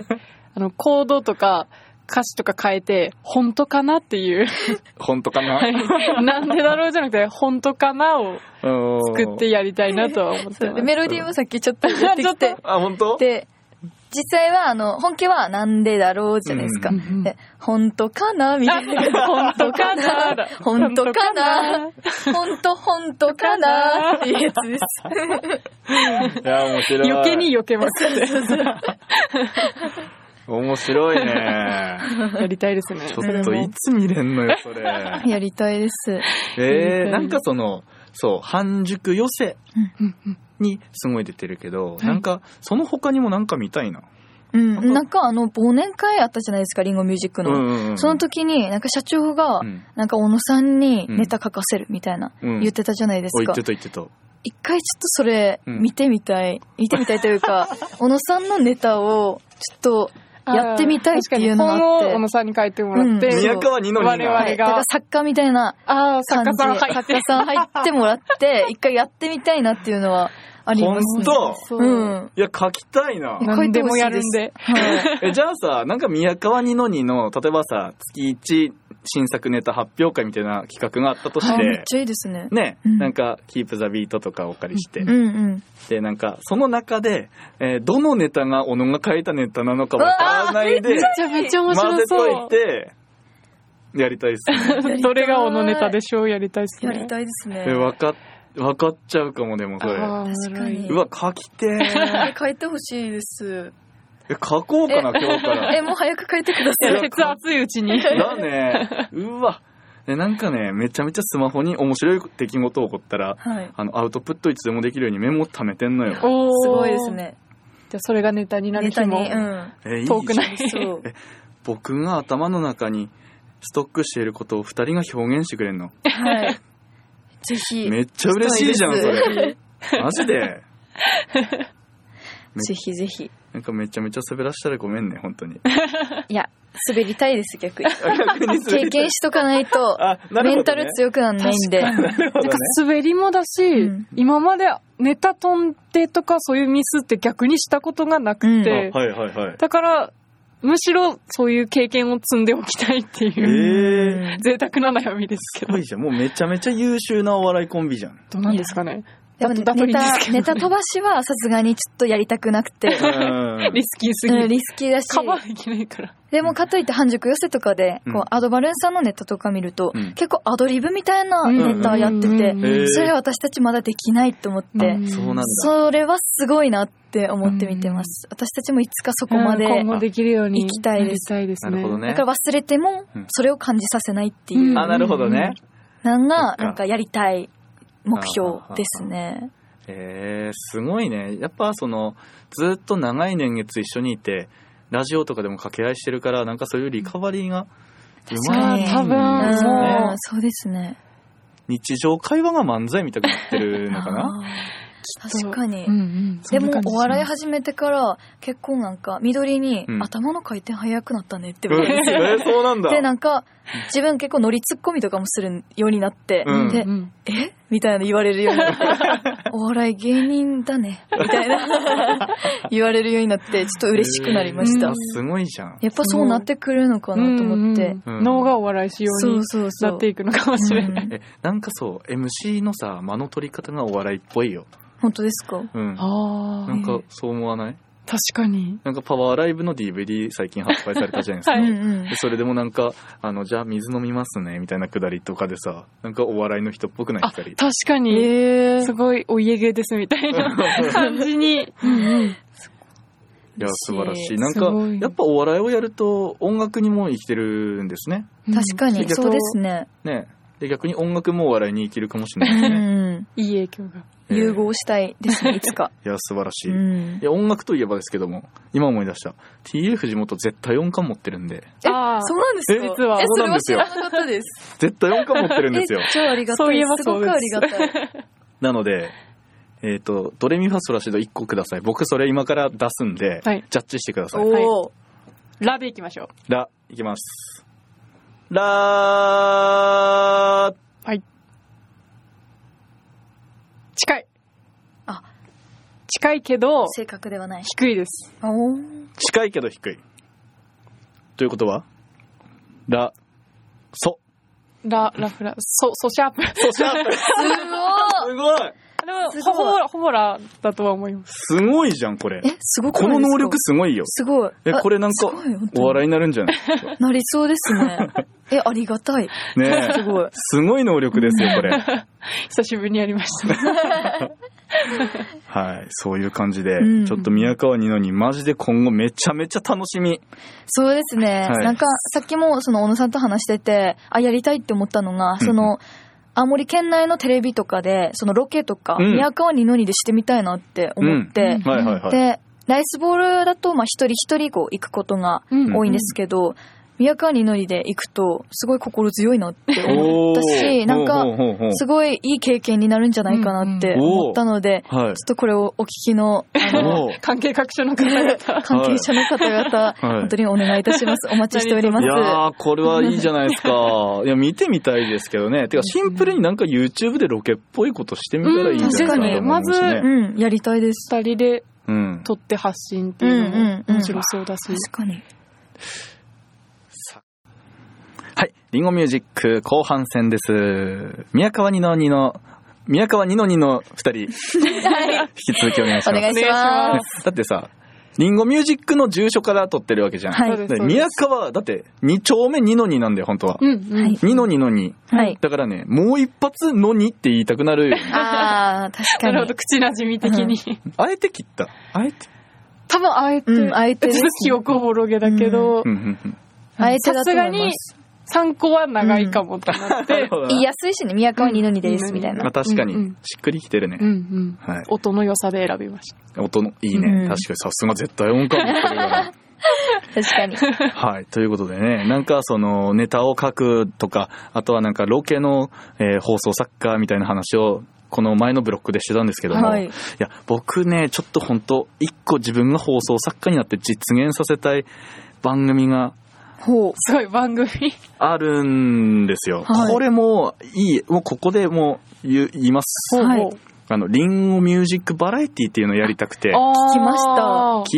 C: あの、行動とか歌詞とか変えて、本当かなっ ていう、
A: 本当かな
C: はいなんでだろうじゃなくて、本当かなを作
A: 作
C: って。やりたいなとは思っ
B: そう
C: てま。
B: ですメロディーもさっきちょっと出てき
C: ちょ
B: て
C: っ、
A: あ、本当
B: で、実際はあの、本家はなんでだろうじゃないですか
A: う。
B: で本当かなみたいな。
C: 本当かな
B: 本当かな本当本当かなっていうやつで
A: い
B: す。
A: や、面白い。
C: 余計に避けます
A: 面白いね。
C: やりたいですね。
A: ちょっといつ見れんのよ、そ れ。
B: やりたいです。
A: えー、なんかその、そう、半熟寄せ
C: うんうん
A: にすごい出てるけど、
C: い
A: なんか、その他にもなんか見たいな。
B: うん。なんかあの、忘年会あったじゃないですか、リンゴミュージックの。
A: うん
B: その、時に、なんか社長が
A: う、ん。
B: なんか小野さんにネタ書かせるみたいな、
A: うん
B: 言ってたじゃないです
A: お、言
B: か
A: って。た言ってた。
B: 一回ちょっとそれ見てみたい、見てみたいというか小野さんのネタをちょっとやってみたいっていうのがあって
C: 確かに今後小野さんに書いてもらって、
B: うん
A: 宮川二の二
C: 我々
A: が。
B: はいだから作家みたいな
C: ああ、
B: 感
C: 作
B: じ
C: 家さん入っ
B: 作
C: て
B: 家さん入ってもらって一回やってみたいなっていうのはあります
A: 本当
C: そうう。
B: ん
A: いや、書きたいな。
C: 何でもやるんで。
B: はい
A: え、じゃあさ、なんか宮川二の二の、例えばさ、月1新作ネタ発表会みたいな企画があったとし、
B: あめってちゃいいですね
A: ね、
B: うん
A: なんか、キープザビートとかお借りして、
B: うんうん
A: で、なんか、その中で、えーどのネタが小野が書いたネタなのかわからないで
C: め、ちゃめちゃ面
A: 混ぜ
C: 白
A: と
C: そ
A: いて、やりたいっす ね。
B: て
C: う。どれが小野ネタでしょうやりたいです
B: や
C: ね。
B: りたいですね
A: え、わかっ、わかっちゃうかも、でもそれ。
C: あー
B: 確かに
A: うわ、書きてー。
B: 書いてほしいです
A: え、書こうかな、今日から。
B: えもう早く書いてください
A: や
C: 鉄熱いうちに。
A: だね。うわ。えなんかね、めちゃめちゃスマホに面白い出来事起こったら、
B: はい
A: あの、アウトプットいつでもできるようにメモ貯めてんのよ。
C: おー
B: すごいです。ね
C: じゃあそれがネタになる
B: ネ
C: 日
B: タ
C: も
B: にうん
A: えいい
C: 遠くない。
B: そう
A: 僕が頭の中にストックしていることを二人が表現してくれんの。
B: はい。ぜひ、
A: めっちゃ嬉しいじゃん、
B: した
A: そ
B: いです
A: れ。マジ で。
B: ぜひぜひ。
A: なんかめちゃめちゃ滑らしたらごめんね、本当に。
B: いや、滑りたいです、逆に。
A: あ逆に滑
B: 経
A: りたい
B: 験しとかないと、
A: あ、なるほど、ね。
B: メンタル強くなんないんで。
A: なるほ
C: な
A: ど
C: んか
A: ね。
C: 滑りもだし、
B: うん
C: 今までネタ飛んでとかそういうミスって逆にしたことがなくて、
A: あはいはいはい。
C: だから、むしろそういう経験を積んでおきたいってい
A: え
C: う、
A: え
C: 贅沢な悩みです
A: す
C: けど
A: ご。いじゃん。もうめちゃめちゃ優秀なお笑いコンビじゃん。
C: どうなんですかね。
B: で
C: だ
B: も
C: と
B: ネ
C: だといいんですけ
B: タ、
C: ど、
B: ネタ飛ばしはさすがにちょっとやりたくなくて。
A: うん
C: リスキーすぎ
B: うん、
C: る。
B: リスキーだし。
C: カバーできないから。
B: でもかといって半熟寄せとかで、
A: うん
B: こう、アドバルーンさんのネタとか見ると、
A: うん
B: 結構アドリブみたいなネタやってて、
C: うん
A: へー
B: それ私たちまだできないと思って、
C: うん
A: そうなんだ。
B: それはすごいなって思って見てます。私たちもいつかそこまで、
C: うん今後できるように
B: 行きたいです
C: やりたいです
A: な
C: ね。
A: るほどね。
B: だから忘れても
A: うん、
B: それを感じさせないっていううん
A: あ、なるほどね。
B: なん
A: そっ
B: が、
A: か
B: なんかやりたい目標ですね。
A: えー、すごいね。やっぱその、ずっと長い年月一緒にいて、ラジオとかでも掛け合いしてるから、なんかそういうリカバリーが、うまいんですよね。
C: あー多分
A: ね
B: うんそうですね。
A: 日常会話が漫才みたくなってるのかな
B: あー確かに
C: うん。うん
B: でも、お笑い
C: は
B: 始めてから、結構なんか、緑に
A: うん
B: 頭の回転速くなったねって
A: う
B: 言わ
A: ん、
B: れて。
A: えーそうなんだ。
B: で、なんか、自分結構乗りツッコミとかもするようになって、
A: うん
B: で、えみたいな言われるようになって。 お笑い芸人だね、みたい な言われるようになって、ちょっと嬉しくなりました
C: う
A: あ。すごいじゃん。
B: やっぱそうなってくるのかなと思って。
C: うん
A: うん
C: 脳がお笑い仕様
B: そ
C: に
B: うそうそ
C: な
B: う
C: って。いくのかもしれない。
B: うん
A: え、なんかそう、MC のさ、間の取り方がお笑いっぽいよ。
B: 本当ですか
A: うん。
C: ああ
A: なんか、そう思わない
C: 確かに。
A: なんかパワーライブの DVD 最近発売されたじゃないですか。
C: は
B: うん
C: い
B: うん
A: で。それでもなんか、あの、じゃあ水飲みますね、みたいなくだりとかでさ、なんかお笑いの人っぽくない
C: あ、
A: 二人
C: 確。かに、
B: えー
C: すごいお家芸ですみたいな感じに。
A: いや、素晴らしい。なん
C: す
A: か
C: ご、い
A: やっぱお笑いをやると音楽にも生きてるんですね。
B: 確か
A: うん
B: に、そうですね。
A: ね。で、逆に音楽もお笑いに生きるかもしれ
B: う
A: ないですね。
B: ん。
C: に。いい影響が。
A: えー
B: 融合したいです ね、いつか。
A: いや、素晴らし
B: う
A: い。
B: ん
A: い。や、音楽といえばですけども、今思い出した。TA 藤本絶対音感持ってるんで、
B: え
C: ああ
B: そうなんですか
A: え
C: 実は
B: え、そ
A: そうな
B: れ
A: ん
B: は
A: です
B: 知
A: よ
B: らなかったです。
A: 絶対音感持ってるんですよ
B: え、。超ありがたい。
C: そういえば
B: す
C: そ
B: ご
C: うで
B: く
C: す
B: ありがたい。
A: なので、えっ、と、ドレミファソラシド1個ください。僕それ今から出すんで、
C: はい
A: ジャッジしてください。
B: おー。
C: ラでいきましょう。
A: ラ、いきます。ラー、
C: はい。近い。
B: あ、
C: 近いけど、
B: 正確ではない。
C: 低いです。
B: おー。
A: 近いけど低い。ということは、ラ、 ソ。
C: ラ、ラフラ、ソ、ソシャープ。
A: ソシャープ す
B: すご
A: ごい
C: でも
B: す、
C: ほ
B: ごい
C: ぼ、ほぼラだとは思います。
A: すごいじゃん、これ。
B: い。え、すごく
A: この能力すごいよ。
B: すごい。
A: え、
B: あ
A: これなん
B: す
A: か
B: ごい、本当に
A: お笑いになるんじゃない
B: なりそうです ね。え、ありがたい。
A: ねえ
B: すごい。
A: すごい能力ですよ、こ れ。
C: 久しぶりにやりました。
A: はい、そういう感じで、
B: うん
A: ちょっと宮川にのに、マジで今後めちゃめちゃ楽しみ。
B: そうですね。
A: はい
B: なんか、さっきも、その、小野さんと話してて、あ、やりたいって思ったのが、その、青森県内のテレビとかで、そのロケとか、
A: うん
B: 宮川にのにでしてみたいなって思って、
C: うん
A: はいはいはい。
B: で、ライスボールだと、まあ、一人一人こう行くことが
C: うん
B: 多いんですけど、宮川にのりで行くと、すごい心強いなって思
A: お
B: ったし、なんか
A: ほ、うほうほうほう
B: すごいいい経験になるんじゃないかなって
A: うんうん
B: 思ったので、
A: はい
B: ちょっとこれをお聞きの、あの、
A: おー
C: 関係各所の 方々。
B: 関係者の方々、
A: はい
B: 本当にお願いいたし ます。お待ちしておりま
A: い
B: す。
A: やー、これはいいじゃないですか。 いや、見てみたいですけどね。てか、シンプルになんか YouTube でロケっぽいことしてみたらいいんじゃないかなと思います
C: うん確かにま
A: ね。
B: うん、やりたいです。
C: 二人で
A: うん。
C: 撮って発信っていう
B: うん
C: の
B: うんうん
C: も面白そうだし。
B: 確かに。
A: はい。リンゴミュージック後半戦です。宮川にのにの、宮川にのにの二人、引き続きお願いし
B: お
A: ます。
B: 願いし
C: お願いし
B: ま。
C: ます
A: だってさ、リンゴミュージックの住所から撮ってるわけじゃん。
B: はい
C: そうです
A: で
C: そうです
A: 宮川、だって、二丁目二の二なんだよ、本当は。
C: うん、うん。
B: はい
A: 二の二の二。
B: はい。
A: だからね、もう一発の二って言いたくな るよね
B: あー、確か
C: なるほ
B: に
C: ど、。口なじみ的に。
A: あえて切った。あえて。
C: 多分、あえて、
B: うんあえてで
C: ちょ
B: すね
C: っと記憶おぼろげだけど
A: うん、うんうん
B: あえて
C: さ
B: だ
C: す
B: と思
C: が
B: いま
C: に
B: す。
C: 参考は長いかもってなっ
A: なる
C: て。
A: ほど
B: 言い
A: な
B: やすいしね、宮川にのにです、みたい
A: まあ
B: な。
A: 確か
C: うんう
A: に
C: ん、
A: しっくりきてるね
C: うん。うん。
A: はい。
C: 音の良さで選びました。
A: 音の、いいうね。確
B: ん
A: かに、さすが絶対音感持ってるから。
B: 確かに。
A: はい。ということでね、なんかその、ネタを書くとか、あとはなんかロケの、えー放送作家みたいな話を、この前のブロックでしてたんですけども、
B: はい
A: い、や、僕ね、ちょっと本当一個自分が放送作家になって実現させたい番組が
B: ほう。
C: すごい番組。
A: あるんですよ。
B: はい
A: これもいい、もうここでもう言う言います。
B: はい
A: あの、リンゴミュージックバラエティっていうのをやりたくて、
C: 聞
B: 聞きました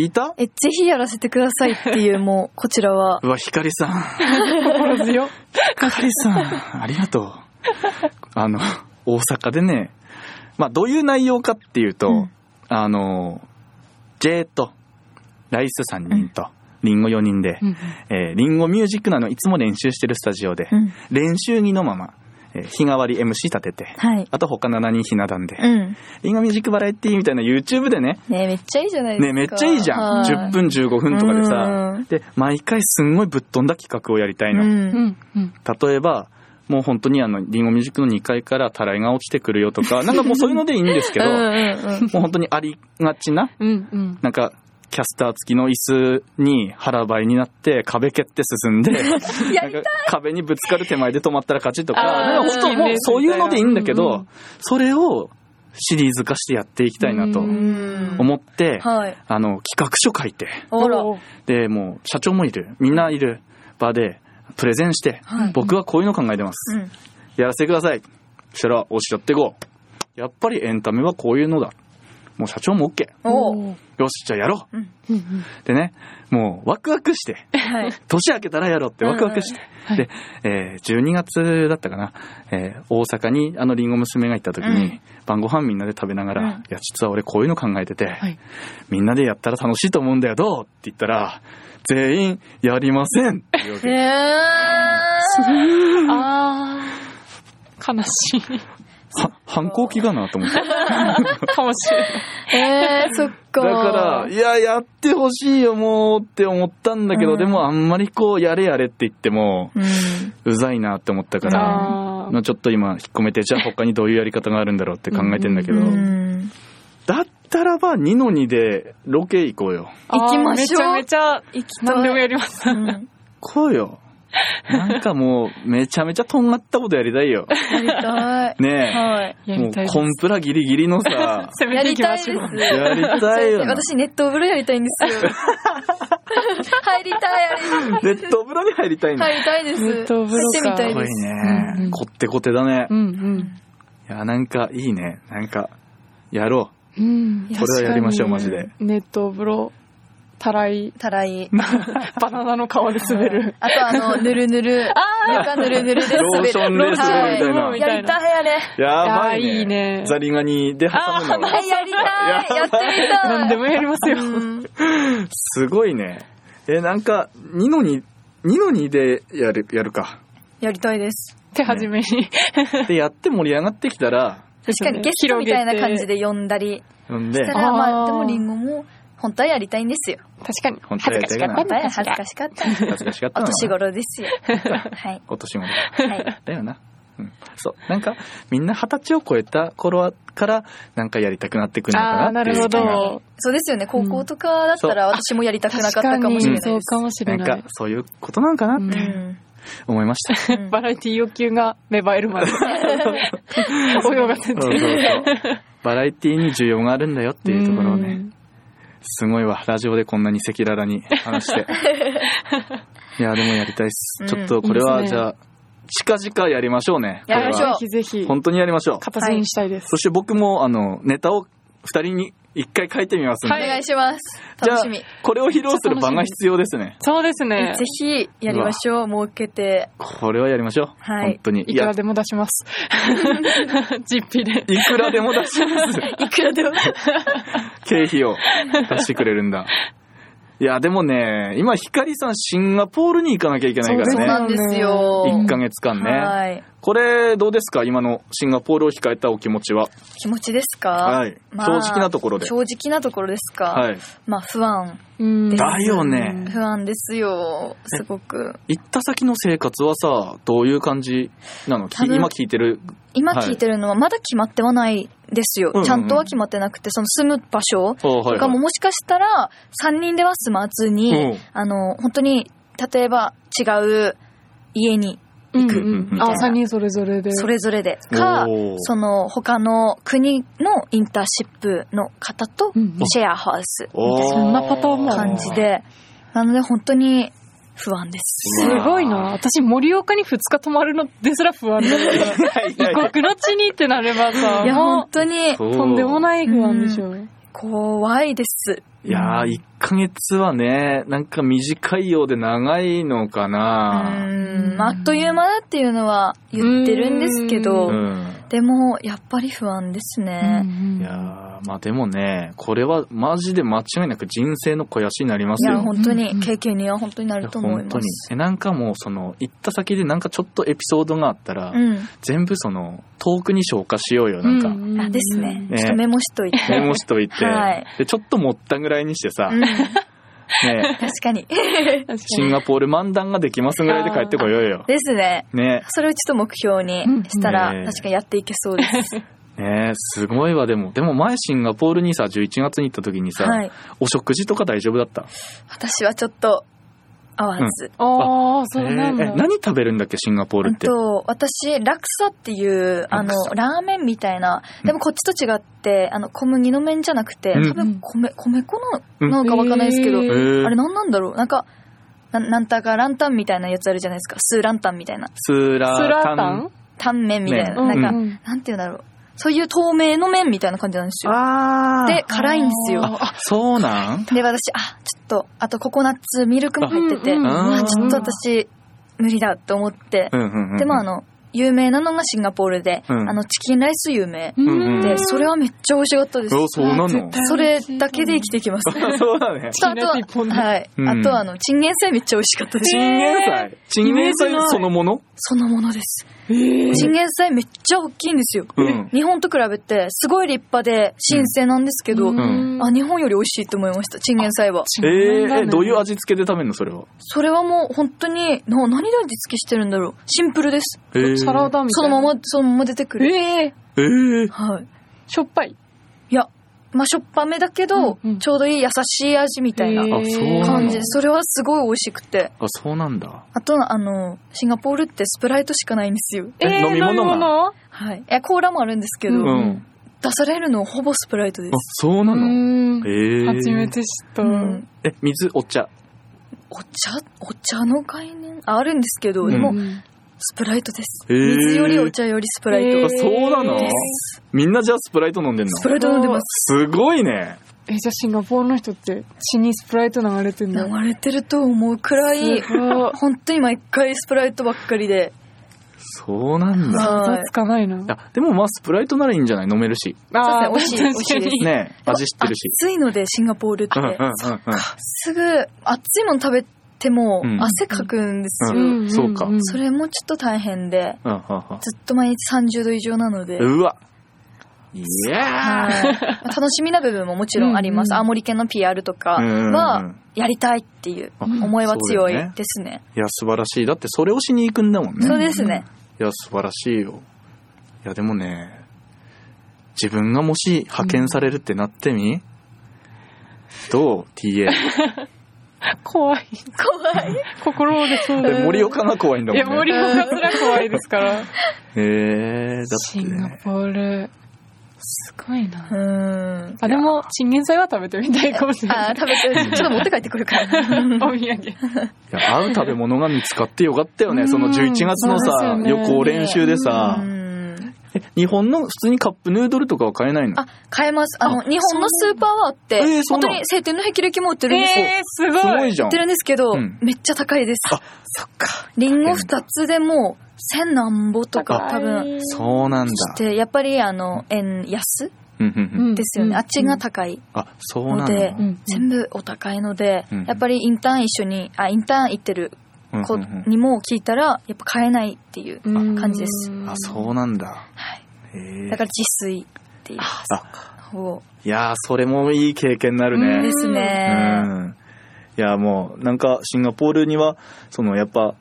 A: 聞いた
B: え、ぜひやらせてくださいっていう、もう、こちらは。
A: うわ、ヒカリさん。
C: 心強。
A: かかりさん、ありがとう。あの、大阪でね、まあ、どういう内容かっていうと、
B: うん
A: あの、J と、ライス3人と、リンゴ4人で、えーリンゴミュージックなのいつも練習してるスタジオで、
B: うん。
A: 練習着のまま、えー日替わり MC 立てて、
B: はい。
A: あと他7人ひな壇で、
B: うん。
A: リンゴミュージックバラエティみたいな YouTube でね、
B: ねめっちゃいいじゃないです
A: ね、
B: か。
A: めっちゃいいじゃん。
B: はい
A: 10分15分とかでさ、で、毎回すんごいぶっ飛んだ企画をやりたいの。
B: うん
C: う。ん。うん。
A: 例えば、もう本当にあの、リンゴミュージックの2階からたらいが落ちてくるよと か、なんかもうそういうのでいいんですけど、
B: うん
A: も
B: うんうん
A: う本当にありがちな、
C: うん。うん。
A: なんか、キャスター付きの椅子に腹ばいになって壁蹴って進 んで、なんか壁にぶつかる手前で止まったら勝ちとか、な
C: あー
A: んか本当もうそういうのでいいんだけど、
C: うんうん
A: それをシリーズ化してやっていきたいなと
C: うん
A: 思って、
B: はい。
A: あの、企画書書いて、
B: あら。
C: おー
A: で、もう社長もいる、みんないる場でプレゼンして、
B: はい
A: 僕はこういうの考えてます。
B: うん
A: やらせてください。そしたら、押しやっていこう。やっぱりエンタメはこういうのだ。もう社長も OK。
B: おう
C: おー。
A: よし、じゃあやろう。
C: うんうん
A: でね、もうワクワクして、
B: はい。
A: 年明けたらやろうってワクワクして。
C: うんうん
A: で、えー12月だったかな、えー大阪にあのリンゴ娘が行った時に、
B: うん
A: 晩ご飯みんなで食べながら、
B: うん
A: いや、実は俺こういうの考えてて、
C: はい。
A: みんなでやったら楽しいと思うんだよ、どうって言ったら、全員やりませんって言うわ
B: え
A: け。
B: ー。
C: あー。悲 し
A: は反抗期かなと思って。
C: い。かもしれない。
B: えー、そっか。
A: だから、いや、やってほしいよ、もうって思ったんだけど、
B: うん
A: でもあんまりこう、やれやれって言っても、
B: うん。
A: うざいなって思ったから、
C: あー
A: のちょっと今、引っ込めて、じゃあ他にどういうやり方があるんだろうって考えてんだけど、
B: うん。
A: だったらば2の2でロケ行こうよ。
B: 行きましょう
C: あーめちゃめち
B: 行き
C: ゃ、何でも
B: たい。
C: やります。
B: うん
A: こうよ。なんかもう、めちゃめちゃとんがったことやりたいよ。
B: やりたい。
A: ね
B: はい。
A: え。
C: や
A: もう
C: りたいです。、
A: コンプラギリギリのさ
C: 攻め
B: や
C: て
B: り
C: いき
B: た
C: ま
B: いで
C: し
B: す
C: ょう。。
A: やりたいよな。
B: 私、ネット風呂やりたい んですよ。入りたい、あれ。
A: レッドブラに入りたいんだ。
B: 入りたいです。
C: ネット風呂か
B: 入ってみ
A: す
B: た
A: ご
B: いで
A: い
B: す。
C: うんう
A: ね。
C: ん
A: こってこてだね
C: う。んうん。
A: いや、なんかいいね。なんか、やろ
C: うん。
A: これはやりましょう
C: 確かに
A: マジで。
C: ネット風呂、たら い、
B: たらい。
C: バナナの皮で滑る。
B: あと、あの、ぬるぬる。中ぬるぬるで滑る。
A: ローションレースみ
C: たいな
B: はいやりたい、あれ。
A: う。 やば
C: あー
A: いね。
C: いいね
A: ザリガニで挟むの
B: はい、やりたい。やってみたい。
C: 何でもやりますよ。
B: うん
A: すごいね。え、なんか、2の2、2の2でやる、やるか。
B: やりたいです。
C: 手始めに。
A: で、やって盛り上がってきた ら、
B: 確かにゲストみたいな感じ
C: で。
B: で呼んだり
A: うん
B: し
A: で
B: た、ら、
C: ね
B: まあ、
C: あー
B: でもリンゴも、本当はやりたいんですよ。
C: 確か
A: 本
C: に。
A: 当
C: 恥
A: や
C: ず
A: りたいかな
C: かしかった
B: 本当は
C: ね。
B: 恥ずかしかった。
A: 恥ずかしかった
B: お
A: な。
B: 年頃ですよ。はい。
A: お年頃。
B: はい。
A: だよな。うん。そう。なんか、みんな二十歳を超えた頃から、なんかやりたくなってくるの
C: ああ
A: かな
C: ー、な
A: ってい
C: る
A: う
C: ほ
A: 気が
C: ど。
B: そうですよね。高校とかだったら、私もやりたくなかったかもしれ
A: 確
B: な
A: に
B: い
C: そう
B: で
C: かもしれな
A: ないんか。、そういうことなんかなって
C: うん
A: 思いました。
B: す。うん
C: バラエティ欲求が芽生える まで。泳が
A: そ
C: せ
A: うそう
C: て。
A: そう。バラエティに需要があるんだよっていうところを
C: う
A: ね、
C: ん。
A: すごいわ。ラジオでこんなに赤裸々に話 して。いや、でもやりたいっす。
B: うん
A: ちょっとこれはい
C: いっす
A: じ
C: ね
A: ゃあ、近々やりましょうね。
B: やりましょう
C: ぜひぜひ、
A: 本当にやりましょう。
C: 形にしたいです。
A: そして僕も、あの、ネタを二人に一回書いてみますんで。
B: お願いします。楽しみ。ぜ
A: これを披露する場が必要ですね。
C: そうですね。
B: ひ、やりましょう。設けて。
A: これはやりましょう。
B: はい
A: 本当に。
C: いくら
A: で
C: でも出します。実費で。
A: いくらでも出し ます。
B: いくらでも。
A: 経費を出してくれるんだ。いや、でもね、今、ヒカリさん、シンガポールに行かなきゃいけないか
C: そう
B: そう
A: ら
B: な
A: ね。
B: んですよ。
A: 1ヶ月間ね。
B: はい。
A: これ、どうですか今のシンガポールを控えたお気持ちは。
B: 気持ちですか
A: はい。
B: まあ
A: 正直なところで。
B: 正直なところですか、
A: はい。
B: まあ不安
C: うん
A: だよね
B: 不安ですよすごく
A: 行った先の生活はさ、どういう感じなのき
B: 多分
A: 今聞いてる。
B: 今
A: はい
B: 聞いてるのはまだ決まってはないですよ、
A: うんうん
B: ちゃんとは決まってなくてその住む場所
A: あはい
B: とかももしかしたら3人では住まずに、
A: うん
B: あの本当に例えば違う家に
C: うん
A: く
C: うん
A: みたい
C: あ
A: な
C: 3人それぞれで
B: それぞれでか
A: おー
B: その他の国のインターンシップの方と
C: うん
B: シェアハウス
A: おー
C: そんなパターンもある
B: 感じ。でなので本当に不安です
C: すごいな私盛岡に2日泊まるのですら不安だか
A: いやいやい
C: ら異国の地にってなればさ
B: いや
C: も
B: 本当に
A: やそう
C: うとんでもない不安でしょう
B: 怖いです。
A: いやー、1ヶ月はね、なんか短いようで長いのか
B: う
A: な。
B: ん、あっという間だっていうのは言ってるんですけど
A: う、ん。
B: でもやっぱり不安ですね。
A: いやーまあでもね、これはマジで間違いなく人生の肥やしになりま
B: い
A: すよ。
B: や本当
C: うん
B: に経験には本当になると思い
A: 本当
B: ま
A: に
B: す。
A: えなんかもうその行った先でなんかちょっとエピソードがあったら、
B: うん、
A: 全部その遠くに消化しようよなんか、
B: あですね。
A: ね
B: ちょっとメモしといて。
A: メモしといて、
B: はい
A: でちょっと持ったぐらいにしてさ、
B: うん、
A: ね
B: 確かに。
A: シンガポール漫談ができますぐらいで帰ってこよう よ
B: ですね。
A: ね
B: それをちょっと目標にしたら、
A: うん
B: 確かにやっていけそうです。
A: ねすごいわでもでも前シンガポールにさ11月に行った時にさ、
B: はい。
A: お食事とか大丈夫だった
B: 私はちょっと合わず。
C: ああそう
A: え
C: なんだ
A: ーえ何食べるんだっけシンガポー
B: う
A: ル
B: ん
A: って、
B: と、私、ラクサっていう、あの
A: ラク、サ
B: ラーメンみたいな、でもこっちと違って、あの、小麦の麺じゃなくて、
A: うん
B: 多分米、米粉
A: う
B: の、
A: ん
B: なんかわかんないですけど、
C: へー
A: えー
B: あれ何なんだろうなんか、ななんたかランタンみたいなやつあるじゃないですか。スーランタンみたいな。
A: スーラ
C: ス
A: ー
C: ラ
A: タ
C: ータ
A: ン
C: ン
B: タン麺みたいな。
A: 麺
B: なんか、
C: うん
B: なんて言うんだろう。そういう透明の麺みたいな感じなんですよ。
A: あー
B: で、辛いんですよ。
A: あ、そうなん
B: で、私、あ、ちょっと、あとココナッツミルクも入ってて、
C: うん
A: うん
B: あちょっと私、無理だと思って
A: う、んうんうん。
B: でもあの、有名なのがシンガポールで、
A: うん
B: あの、チキンライス有名。
C: うん
A: うん
B: で、それはめっちゃ美味しかったです。
A: おそうなの
C: あ絶対
B: それだけで生きていきます。
A: あ、 そうだね。
B: とあとは
C: チンライス一本で
B: はい。
A: うん
B: あとはあの、チンゲン菜めっちゃ美味しかったです。
A: チンゲン菜チンゲン菜そのもの
B: そのものです。
C: えー
B: チンゲン菜めっちゃ大きいんですよ。
A: うん。
B: 日本と比べて、すごい立派で、新鮮なんですけど、
C: うん
B: あ、日本より美味しいと思いました、チンゲン菜は。
A: え
C: 違んだ
A: ー、
C: ね
A: え、どういう味付けで食べるのそれは。
B: それはもう本当に、な何で味付けしてるんだろう。シンプルです。
A: えー
C: サラダみ
B: そ
C: たいな。
B: のまま、そのまま出てくる。
C: ええ
A: えー、
B: はい。
C: しょっぱい。
B: いや、まあ、しょっぱめだけど、
C: うんうん
B: ちょうどいい優しい味みたいな
C: えー
A: あそうなの
B: 感じで、それはすごい美味しくて。
A: あ、そうなんだ。
B: あと、あの、シンガポールってスプライトしかないんですよ。
A: え
C: えー
A: 飲み物が
C: 飲み物
B: はい。いや、コーラもあるんですけど、
C: う
A: うんん。
B: 出されるのほぼスプライトで
A: あ、
B: す。
A: そうな
C: う
A: の
C: ん
A: え。ー。
C: 初めて知った。
B: うん。
A: え、水、お茶。
B: お茶、お茶の概念あるんですけど、で
A: う
B: も、
C: ん
B: スプライトです。
A: へー
B: 水よりお茶よりスプライト
C: へ
B: で
A: あ
C: ー
A: そうなの
C: えー
B: す。
A: みんなじゃあスプライト飲んでんの
B: スプライト飲んでます。
A: すごいね。
C: え、じゃあシンガポールの人って血にスプライト流れてんだ。
B: 流れてると思うくらい、
C: すごい
B: 本当に毎回スプライトばっかりで。
A: そうなんだ。
C: 想
B: は
C: 像
B: い
C: つかないな。
A: あ、でもまあスプライトならいいんじゃない飲めるし。
C: あ
B: そうですね美味しい
C: 確かに
A: ねえ味知ってるし。
B: 暑いので、シンガポールって
A: うんうん。う
B: すぐ、暑いもの食べても
A: うん
B: 汗かくんです
A: う
B: よ。
A: んそうか
B: それもちょっと大変で、
A: んうん
B: ずっと毎日30度以上なので。
A: うん。うわ。いやー。
B: はい楽しみな部分ももちろんあります。
C: うんうん
B: 青森県の PR とか
A: うんうんう
B: は
A: ん、
B: やりたいっていう
A: あ
B: 思いは強
A: そ
B: い
A: うだよね
B: ですね。
A: いや、素晴らしい。だってそれをしに行くんだもんね。
B: そうですね。
A: いや、素晴らしいよ。いや、でもね、自分がもし派遣されるってなってみ、どう ?TA。
C: 怖
B: 怖
C: い。
B: い。
C: 心折れそう
A: で
C: だ。
A: 森岡が怖いんだ
C: い
A: もん
C: や、
A: ね。
C: 森岡すら怖いですから。
A: へえー、だって、
C: シンガ
A: ね。
C: ポール。すごいうな。
B: ーん。
C: あ、でも、チンゲン菜は食べてみたいかもしれな
B: あ
C: い
B: ー、。食べて る。ちょっと持って帰ってくるから。
C: お土産。
A: いや、合う食べ物が見つかってよかったよね。
C: うん
A: その11月のさ、
C: そうです
A: 旅
C: よね
A: 行練習でさ
B: う、ん
A: え日本の普通にカップヌードルとかは買えないの
B: あ、買えます。あの、日本のスーパーはあって、
A: えーそうな
B: 本当
A: の
B: に晴天の霹靂も売ってるんですよ。
C: えー、すごい。
A: すごいじゃ
B: 売
A: ん
B: って。るんですけど、
A: うん
B: めっちゃ高いです。
A: あ
B: そっか。リンゴ二つでも、千何ぼとか多分。
A: そうなんだ。
B: で、やっぱりあの、円安
A: うんうんうん
C: ん
B: ですよね。あっちが
C: 高
B: 高い。
A: あ、そうなの。
B: で
C: うん
B: 全部お高いので
A: うん、
B: やっぱりインターン一緒に、あ、インターン行ってる
A: うん
B: 子
A: うんうん
B: にも聞いたら、やっぱ買えないっていう。感じです
A: あ、そうなんだ。
B: はい。
A: へえ
B: だから自炊っていう。を
A: いやー、それもいい経験になるね。
C: うん
B: ですね。
A: うんいやもうなんかシンガポールにはそのやっぱ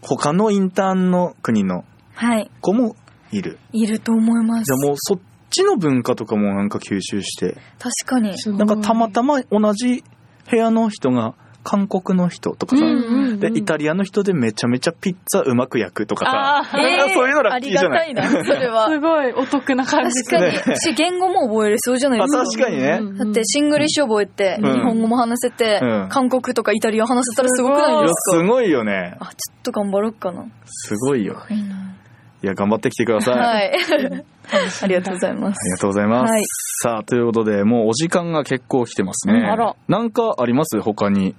A: 他のインターンの国の
B: はい。
A: 子もいる
B: いると思います。
A: じゃあもうそっちの文化とかもなんか吸収して
B: 確かに。
C: すごい。
A: なんかたまたま同じ部屋の人が韓国の人とかさ、でイタリアの人でめちゃめちゃピッツァうまく焼くとかさ
C: あー
A: なんかそういうのラ
B: あ
A: ッキー
B: り
A: じゃ
B: が
A: な
B: た
A: い
B: いな、それ は。
C: すごいお得な感じ
B: 確かに。
A: ね
B: し、言語も覚えれそうじゃないですか。
A: あ確かにね
C: うん
B: だって、シングリッシュ覚えて、
A: うん
B: 日本語も話せて、
A: うん
B: 韓国とかイタリア話せたらすごくない
A: い
B: で
A: や
B: す
A: すごいよね
B: かあ、ちょっと頑張ろうかな。
A: すごいよいや頑張ってきてください、
B: はい。ありがとうございま
A: ありが
B: す。
A: とうございます。
B: はい
A: さあ、ということで、もうお時間が結構来てますね。
C: うんあら
A: なんかあります他に。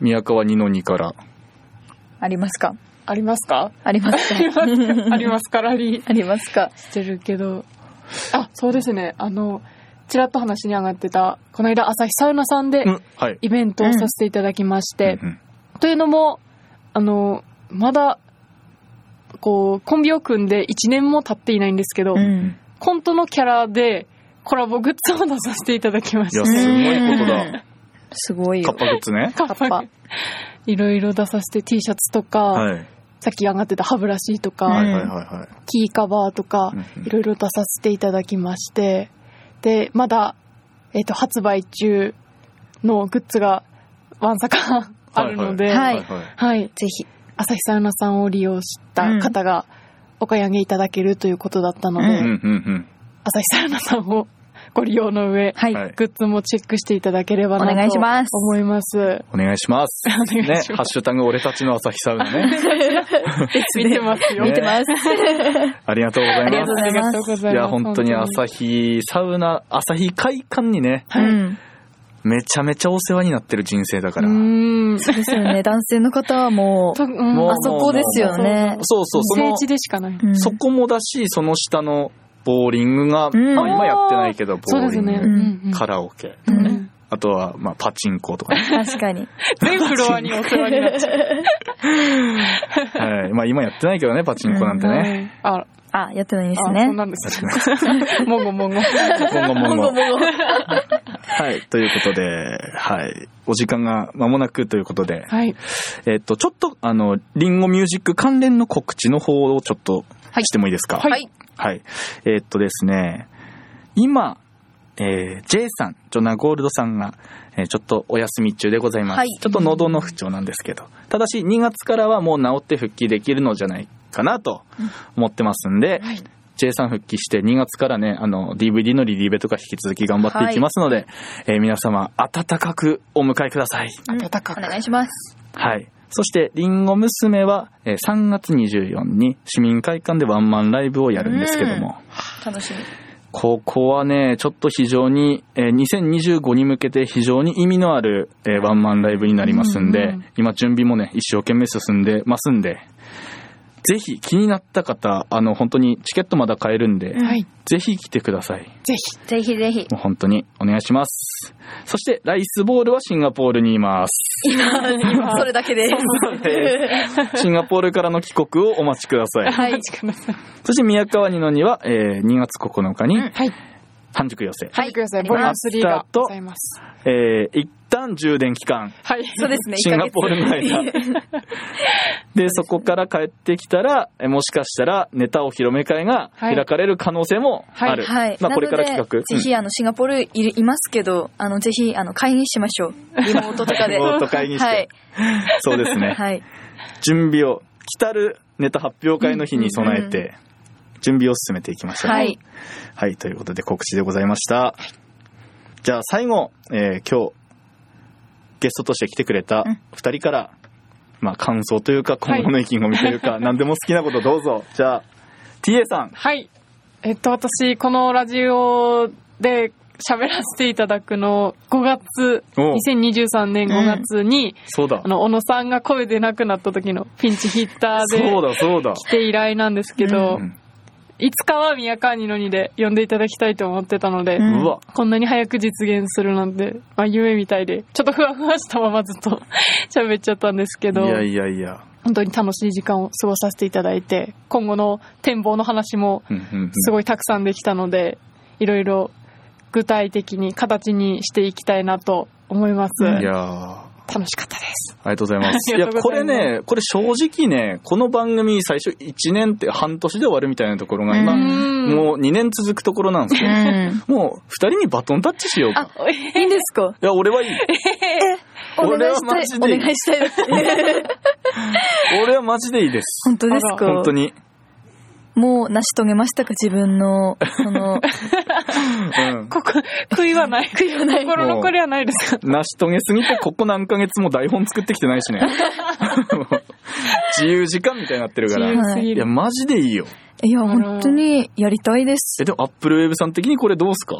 A: 宮川二の二から。
B: ありますか
C: ありますか
B: ありますか
C: ありますからり
B: ありますか
C: してるけどあそうですねあのちらっと話に上がってたこの間朝日サウナさんで
A: うん。はい。
C: イベントをさせていただきまして、
A: うん
C: というのもあのまだこうコンビを組んで1年も経っていないんですけど、
B: ん。
C: コントのキャラでコラボグッズを出させていただきまし
A: いや、
C: た
A: すごいこと
B: う
A: だ
B: ん。すごい
A: カ
B: よ
A: ッ。パグッズね。
C: カ
B: カッパ
C: いろいろ出させて T シャツとか、
A: はい。
C: さっき上がってた歯ブラシとか、
B: うん
A: はいはいはいは
C: キーカバーとか
A: い。う、んうん
C: いろいろ出させていただきまして、で、まだ、えっ、と、発売中のグッズがわんさかあるので、
B: はい
A: は
B: はいい
A: はい。
C: はい
B: ぜひ。
C: 朝日サウナさんを利用した方がお買い上げいただけるということだったので、
A: うんうんうん。
C: 朝日サウナさんをご利用の上、
B: はい。
A: はい
C: グッズもチェックしていただければなと
B: お願いします
C: 思います。
A: お願いします。
C: お願いし
A: ね
C: ま、す。
A: ハッシュタグ俺たちの朝日サウナね。
C: 見てますよ。
A: ね
B: 見てます。
A: ありがとうござ
B: あり
A: い
B: が
A: ま
B: とうご
A: す。
B: ざいますありがとう
C: ござ
A: いや、本当に朝
C: 日。
A: 日サウナ、朝日会館にね、
B: う
C: はい
B: ん。
A: めちゃめちゃお世話になってる人生だから。
C: うん。
B: そうですよね。男性の方はもう、
C: とうん
A: もう
B: あそこですよね。
A: そうそう、そ
C: 聖
A: の、
C: 地でしかない。
B: うん
A: そこもだし、その下のボーリングが、
B: うん
A: まあ今やってないけど、ボ
C: そう
A: ー
C: です
A: リング、
C: ね。
B: うん
A: カラオケ、
B: う
C: うん
B: ん。
A: あとは、まあパチンコとか、 ね、
B: 確かに。
C: 全フロアにお世話になっちゃ
A: はい。まあ今やってないけどね、パチンコなんて
C: う。
A: ね。
C: はいあ、
B: あ、やってないんです
C: あ
B: ね
C: そう。なんです
A: 確かに
C: ね。 もごも ご。
A: 今後も
B: もご もご。。
A: はい。ということで、はい。お時間が間もなくということで、
C: はい。
A: えっと、ちょっと、あの、リンゴミュージック関連の告知の方をちょっと
C: はい
A: してもいいですか。
C: はい
A: はい。えっとですね、今、えー J さん、ジョナ・ゴールドさんが、えーちょっとお休み中でございます。
B: はい
A: ちょっと喉の不調なんですけど、ただし2月からはもう治って復帰できるのじゃないかなと思ってますんで、
C: はい
A: J さん復帰して2月からね、あの、DVD のリリーベとか引き続き頑張っていきますので、えー皆様、温かくお迎えください。
B: うん
C: 暖かく
B: お願いします。
A: はい。そして、リンゴ娘は、えー3月24に市民会館でワンマンライブをやるんですけども、
B: 楽しみ。
A: ここはね、ちょっと非常に、えー2025に向けて非常に意味のある、えーワンマンライブになりますんで、
C: うんうん
A: 今準備もね、一生懸命進んでますんで、ぜひ気になった方、あの、本当にチケットまだ買えるんで、
C: はい。
A: ぜひ来てください。
C: ぜひ。
B: ぜひぜひ。
A: もう本当にお願いします。そして、ライスボールはシンガポールにいます。
B: 今、 それだけです。
A: シンガポールからの帰国をお待ちくださ い。
B: はい
C: お待ちください。
A: そして、宮川にのには、えー2月9日に、
B: うん
C: はい。
A: 半熟寄せ。
B: は
C: はいい。くださ
B: あ
C: い。
B: り
C: ボリュー
B: ま
C: ム
A: す
C: 3が
A: と
C: ございます。
A: えー一旦充電期間。
C: はい。
B: そうですね。
A: シンガポールの間
B: 一ヶ月
A: で、そこから帰ってきたら、えもしかしたらネタお披露目会が
C: はい
A: 開かれる可能性もある。
B: はい。
A: まあこれから
B: なので
A: 企画。
B: ぜひ、あの、シンガポールいるいますけど、あの、ぜひ、あの、会議しましょう。リモートとかで。
A: リモート会議して
B: はい。
A: うんそうですね。
B: はい。
A: 準備を、来たるネタ発表会の日に備え
B: うん
A: て、準備を進めていきましょう。
B: はい。
A: はい、ということで告知でございました。じゃあ最後、えー今日、ゲストとして来てくれた
B: うん
A: 二人から、まあ感想というか、今後の意気込みという か、何でも好きなことどうぞ。じゃあ、TA さん。
C: はい。えっと、私、このラジオで喋らせていただくの、5月、
A: おう
C: 2023年5月に、
A: そうだ
C: あ。の、小野さんが声出なくなった時のピンチヒッターで
A: そうだ、そうだ。
C: 来て以来なんですけど、
A: うん
C: いつかは宮川にのにで呼んでいただきたいと思ってたので、
B: うん
A: うわ。
C: こんなに早く実現するなんて、まあ夢みたいで、ちょっとふわふわしたままずっと 喋っちゃったんですけ
A: い
C: ど、
A: やいやいや。
C: 本当に楽しい時間を過ごさせていただいて、今後の展望の話も
A: うんうんうん
C: すごいたくさんできたので、いろいろ具体的に形にしていきたいなと思います。
B: うん
A: い
C: 楽
A: やー
C: しかったです。
A: ありがとうございます。
C: あ
A: い
C: り
A: や、
C: がとう
A: こ
C: ござ
A: れ
C: います
A: ね、これ正直ね、この番組最初1年って半年で終わるみたいなところが
B: う
A: 今、
C: ん
A: もう2年続くところなん です
B: う
A: よ。
B: ん。
A: もう2人にバトンタッチしようか。
B: あ、いいんですか
A: いや、俺はいい。
B: お
A: 俺
B: 願い
A: はマ
B: し
A: ジ
B: た
A: で
B: い。お願いしたい。
A: 俺はマジでいいです。
B: 本当です
C: あ
B: か
A: 本当に。
B: もう成し遂げましたか自分の、そ の、
A: うん。
C: ここ、悔い はない。悔いはない。心残りはないですか
A: 成し遂げすぎて、ここ何ヶ月も台本作ってきてない しね。自由時間みたいになってるか
C: 自
A: ら。
C: 由
A: い
C: すぎる
A: や、。マジでいいよ。
B: いや、
C: ら
B: 本当にやりたいです
A: え、。でも、アップルウェブさん的にこれどうす か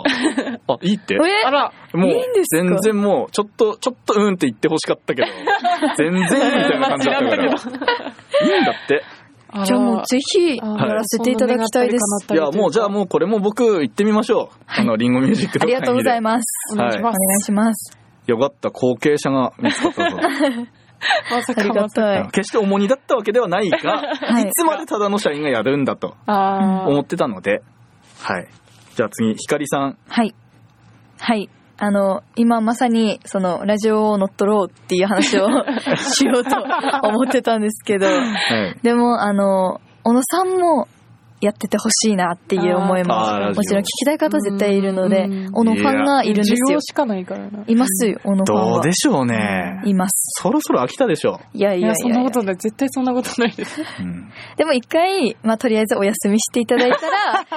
A: あ、いいって
B: え
C: あら、
A: もう
B: いいんで、すか
A: 全然もう、ちょっと、ちょっとうんって言ってほしかったけ ど、全然みたいな感じだったから。いいん
C: 間違
A: だ
C: った
A: って。
B: じゃあもうぜひや
C: あー
B: らせていただきたいです。
A: いや、もうじゃあもうこれも僕行ってみましょう。あの、リンゴミュージック
B: ありがとうござい
A: ま
B: ます。
C: お願いし
B: お
C: ま
B: 願い
C: す。
B: します。
A: す。よかった、後継者が見つかったぞ。
C: まさ
B: あ
C: か
B: り
C: ま
B: が
C: さか。
B: たい。
A: 決して重荷だったわけではないが、
B: はい
A: いつまでただの社員がやるんだと
C: あ
A: 思ってたので、はい。じゃあ次、ひかりさん。
B: はい。はい。あの、今まさに、その、ラジオを乗っ取ろうっていう話をしようと思ってたんですけど、
A: はい。
B: でも、あの、小野さんも、やっててほしいなっていう思いも、
A: あーラジオ
B: もちろん聞きたい方絶対いるので
C: うん、
B: オノファンがいるんです
C: 需
B: よ
C: 要。しかないからな。
B: いますよ、オノファン
A: どう
B: は
A: で。しょうね。
B: います。
A: そろそろ飽きたでしょ
B: いやい
C: い
B: や
C: や、
B: い
C: そん
B: や
C: ない
B: や
C: こ。とない。絶対そんなことないです。
A: う。うん
B: でも一回、まあ、とりあえずお休みしていただいた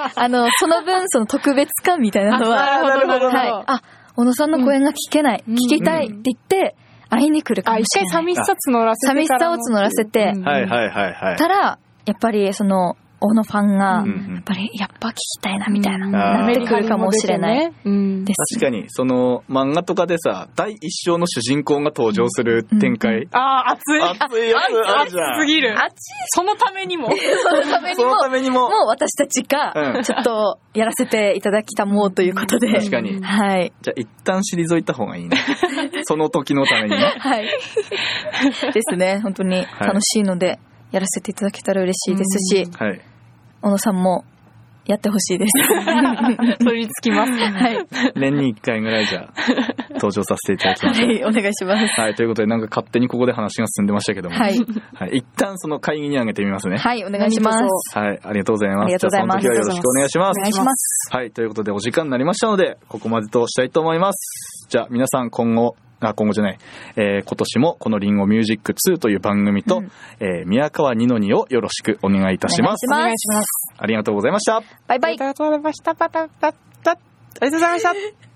B: ら、あの、その分、その特別感みたいなのは、
C: あなるほど
B: はい。あ、小野さんの声が聞けない、
C: うん
B: 聞きたいって言って、会いに来るかも
C: あ、
B: し
C: 一
B: れ
C: 回
B: ない。
C: 寂しさ募らせて
B: 寂しさを募らせて
A: はい
C: い。
A: はいはいはい。
B: たら、やっぱり、その、小野ファンが、
A: う
B: や
A: んう
B: っ
A: ん
B: ぱり、やっぱ聞きたいな、みたいな、
C: うん
B: なってくるかもしれない。。
C: うん
B: です
A: 確かに、その漫画とかでさ、第一章の主人公が登場する展開。
C: あー、熱い。
A: 熱いやつあるじゃん。
C: 熱すぎる。
B: 熱い
C: そのためにも。
B: そのために
A: そ
B: も
A: の、ためにも、
B: もう私たち
A: うん
B: が、ちょっと、やらせていただきたもうということで。
A: 確かに。
B: はい。
A: じゃあ一旦退いた方がい いね。その時のためにね。
B: はい。 ですね。本当に
A: はい
B: 楽しいので、やらせていただけたら嬉しいですし、
A: はい。
B: 小野さんもやってほしいです。
C: それにつきます。
B: はい。は
A: 年に一回ぐらいじゃあ、登場させていただきましょう。
B: い、お願いします。
A: はい、ということで、なんか勝手にここで話が進んでましたけども。
B: はい。
A: はい。一旦その会議に上げてみますね。
B: はい、お願いします。
C: 何
A: はい、ありがとうございます。
B: ありがとうございます
A: じゃあその時はよろしくお願いしま
B: お
A: す。
B: 願いします。
A: はい、ということでお時間になりましたので、ここまでとしたいと思います。じゃあ皆さん今後、あ、今後じゃない、えー今年もこのリンゴミュージック2という番組と、
B: うん
A: えー宮川二の二をよろしくお願いいたします。
B: お願いします
A: ありがとうございました。
B: バイバ
C: あ
B: イ
C: り。がとうございました。パタパタパタありがとうございました。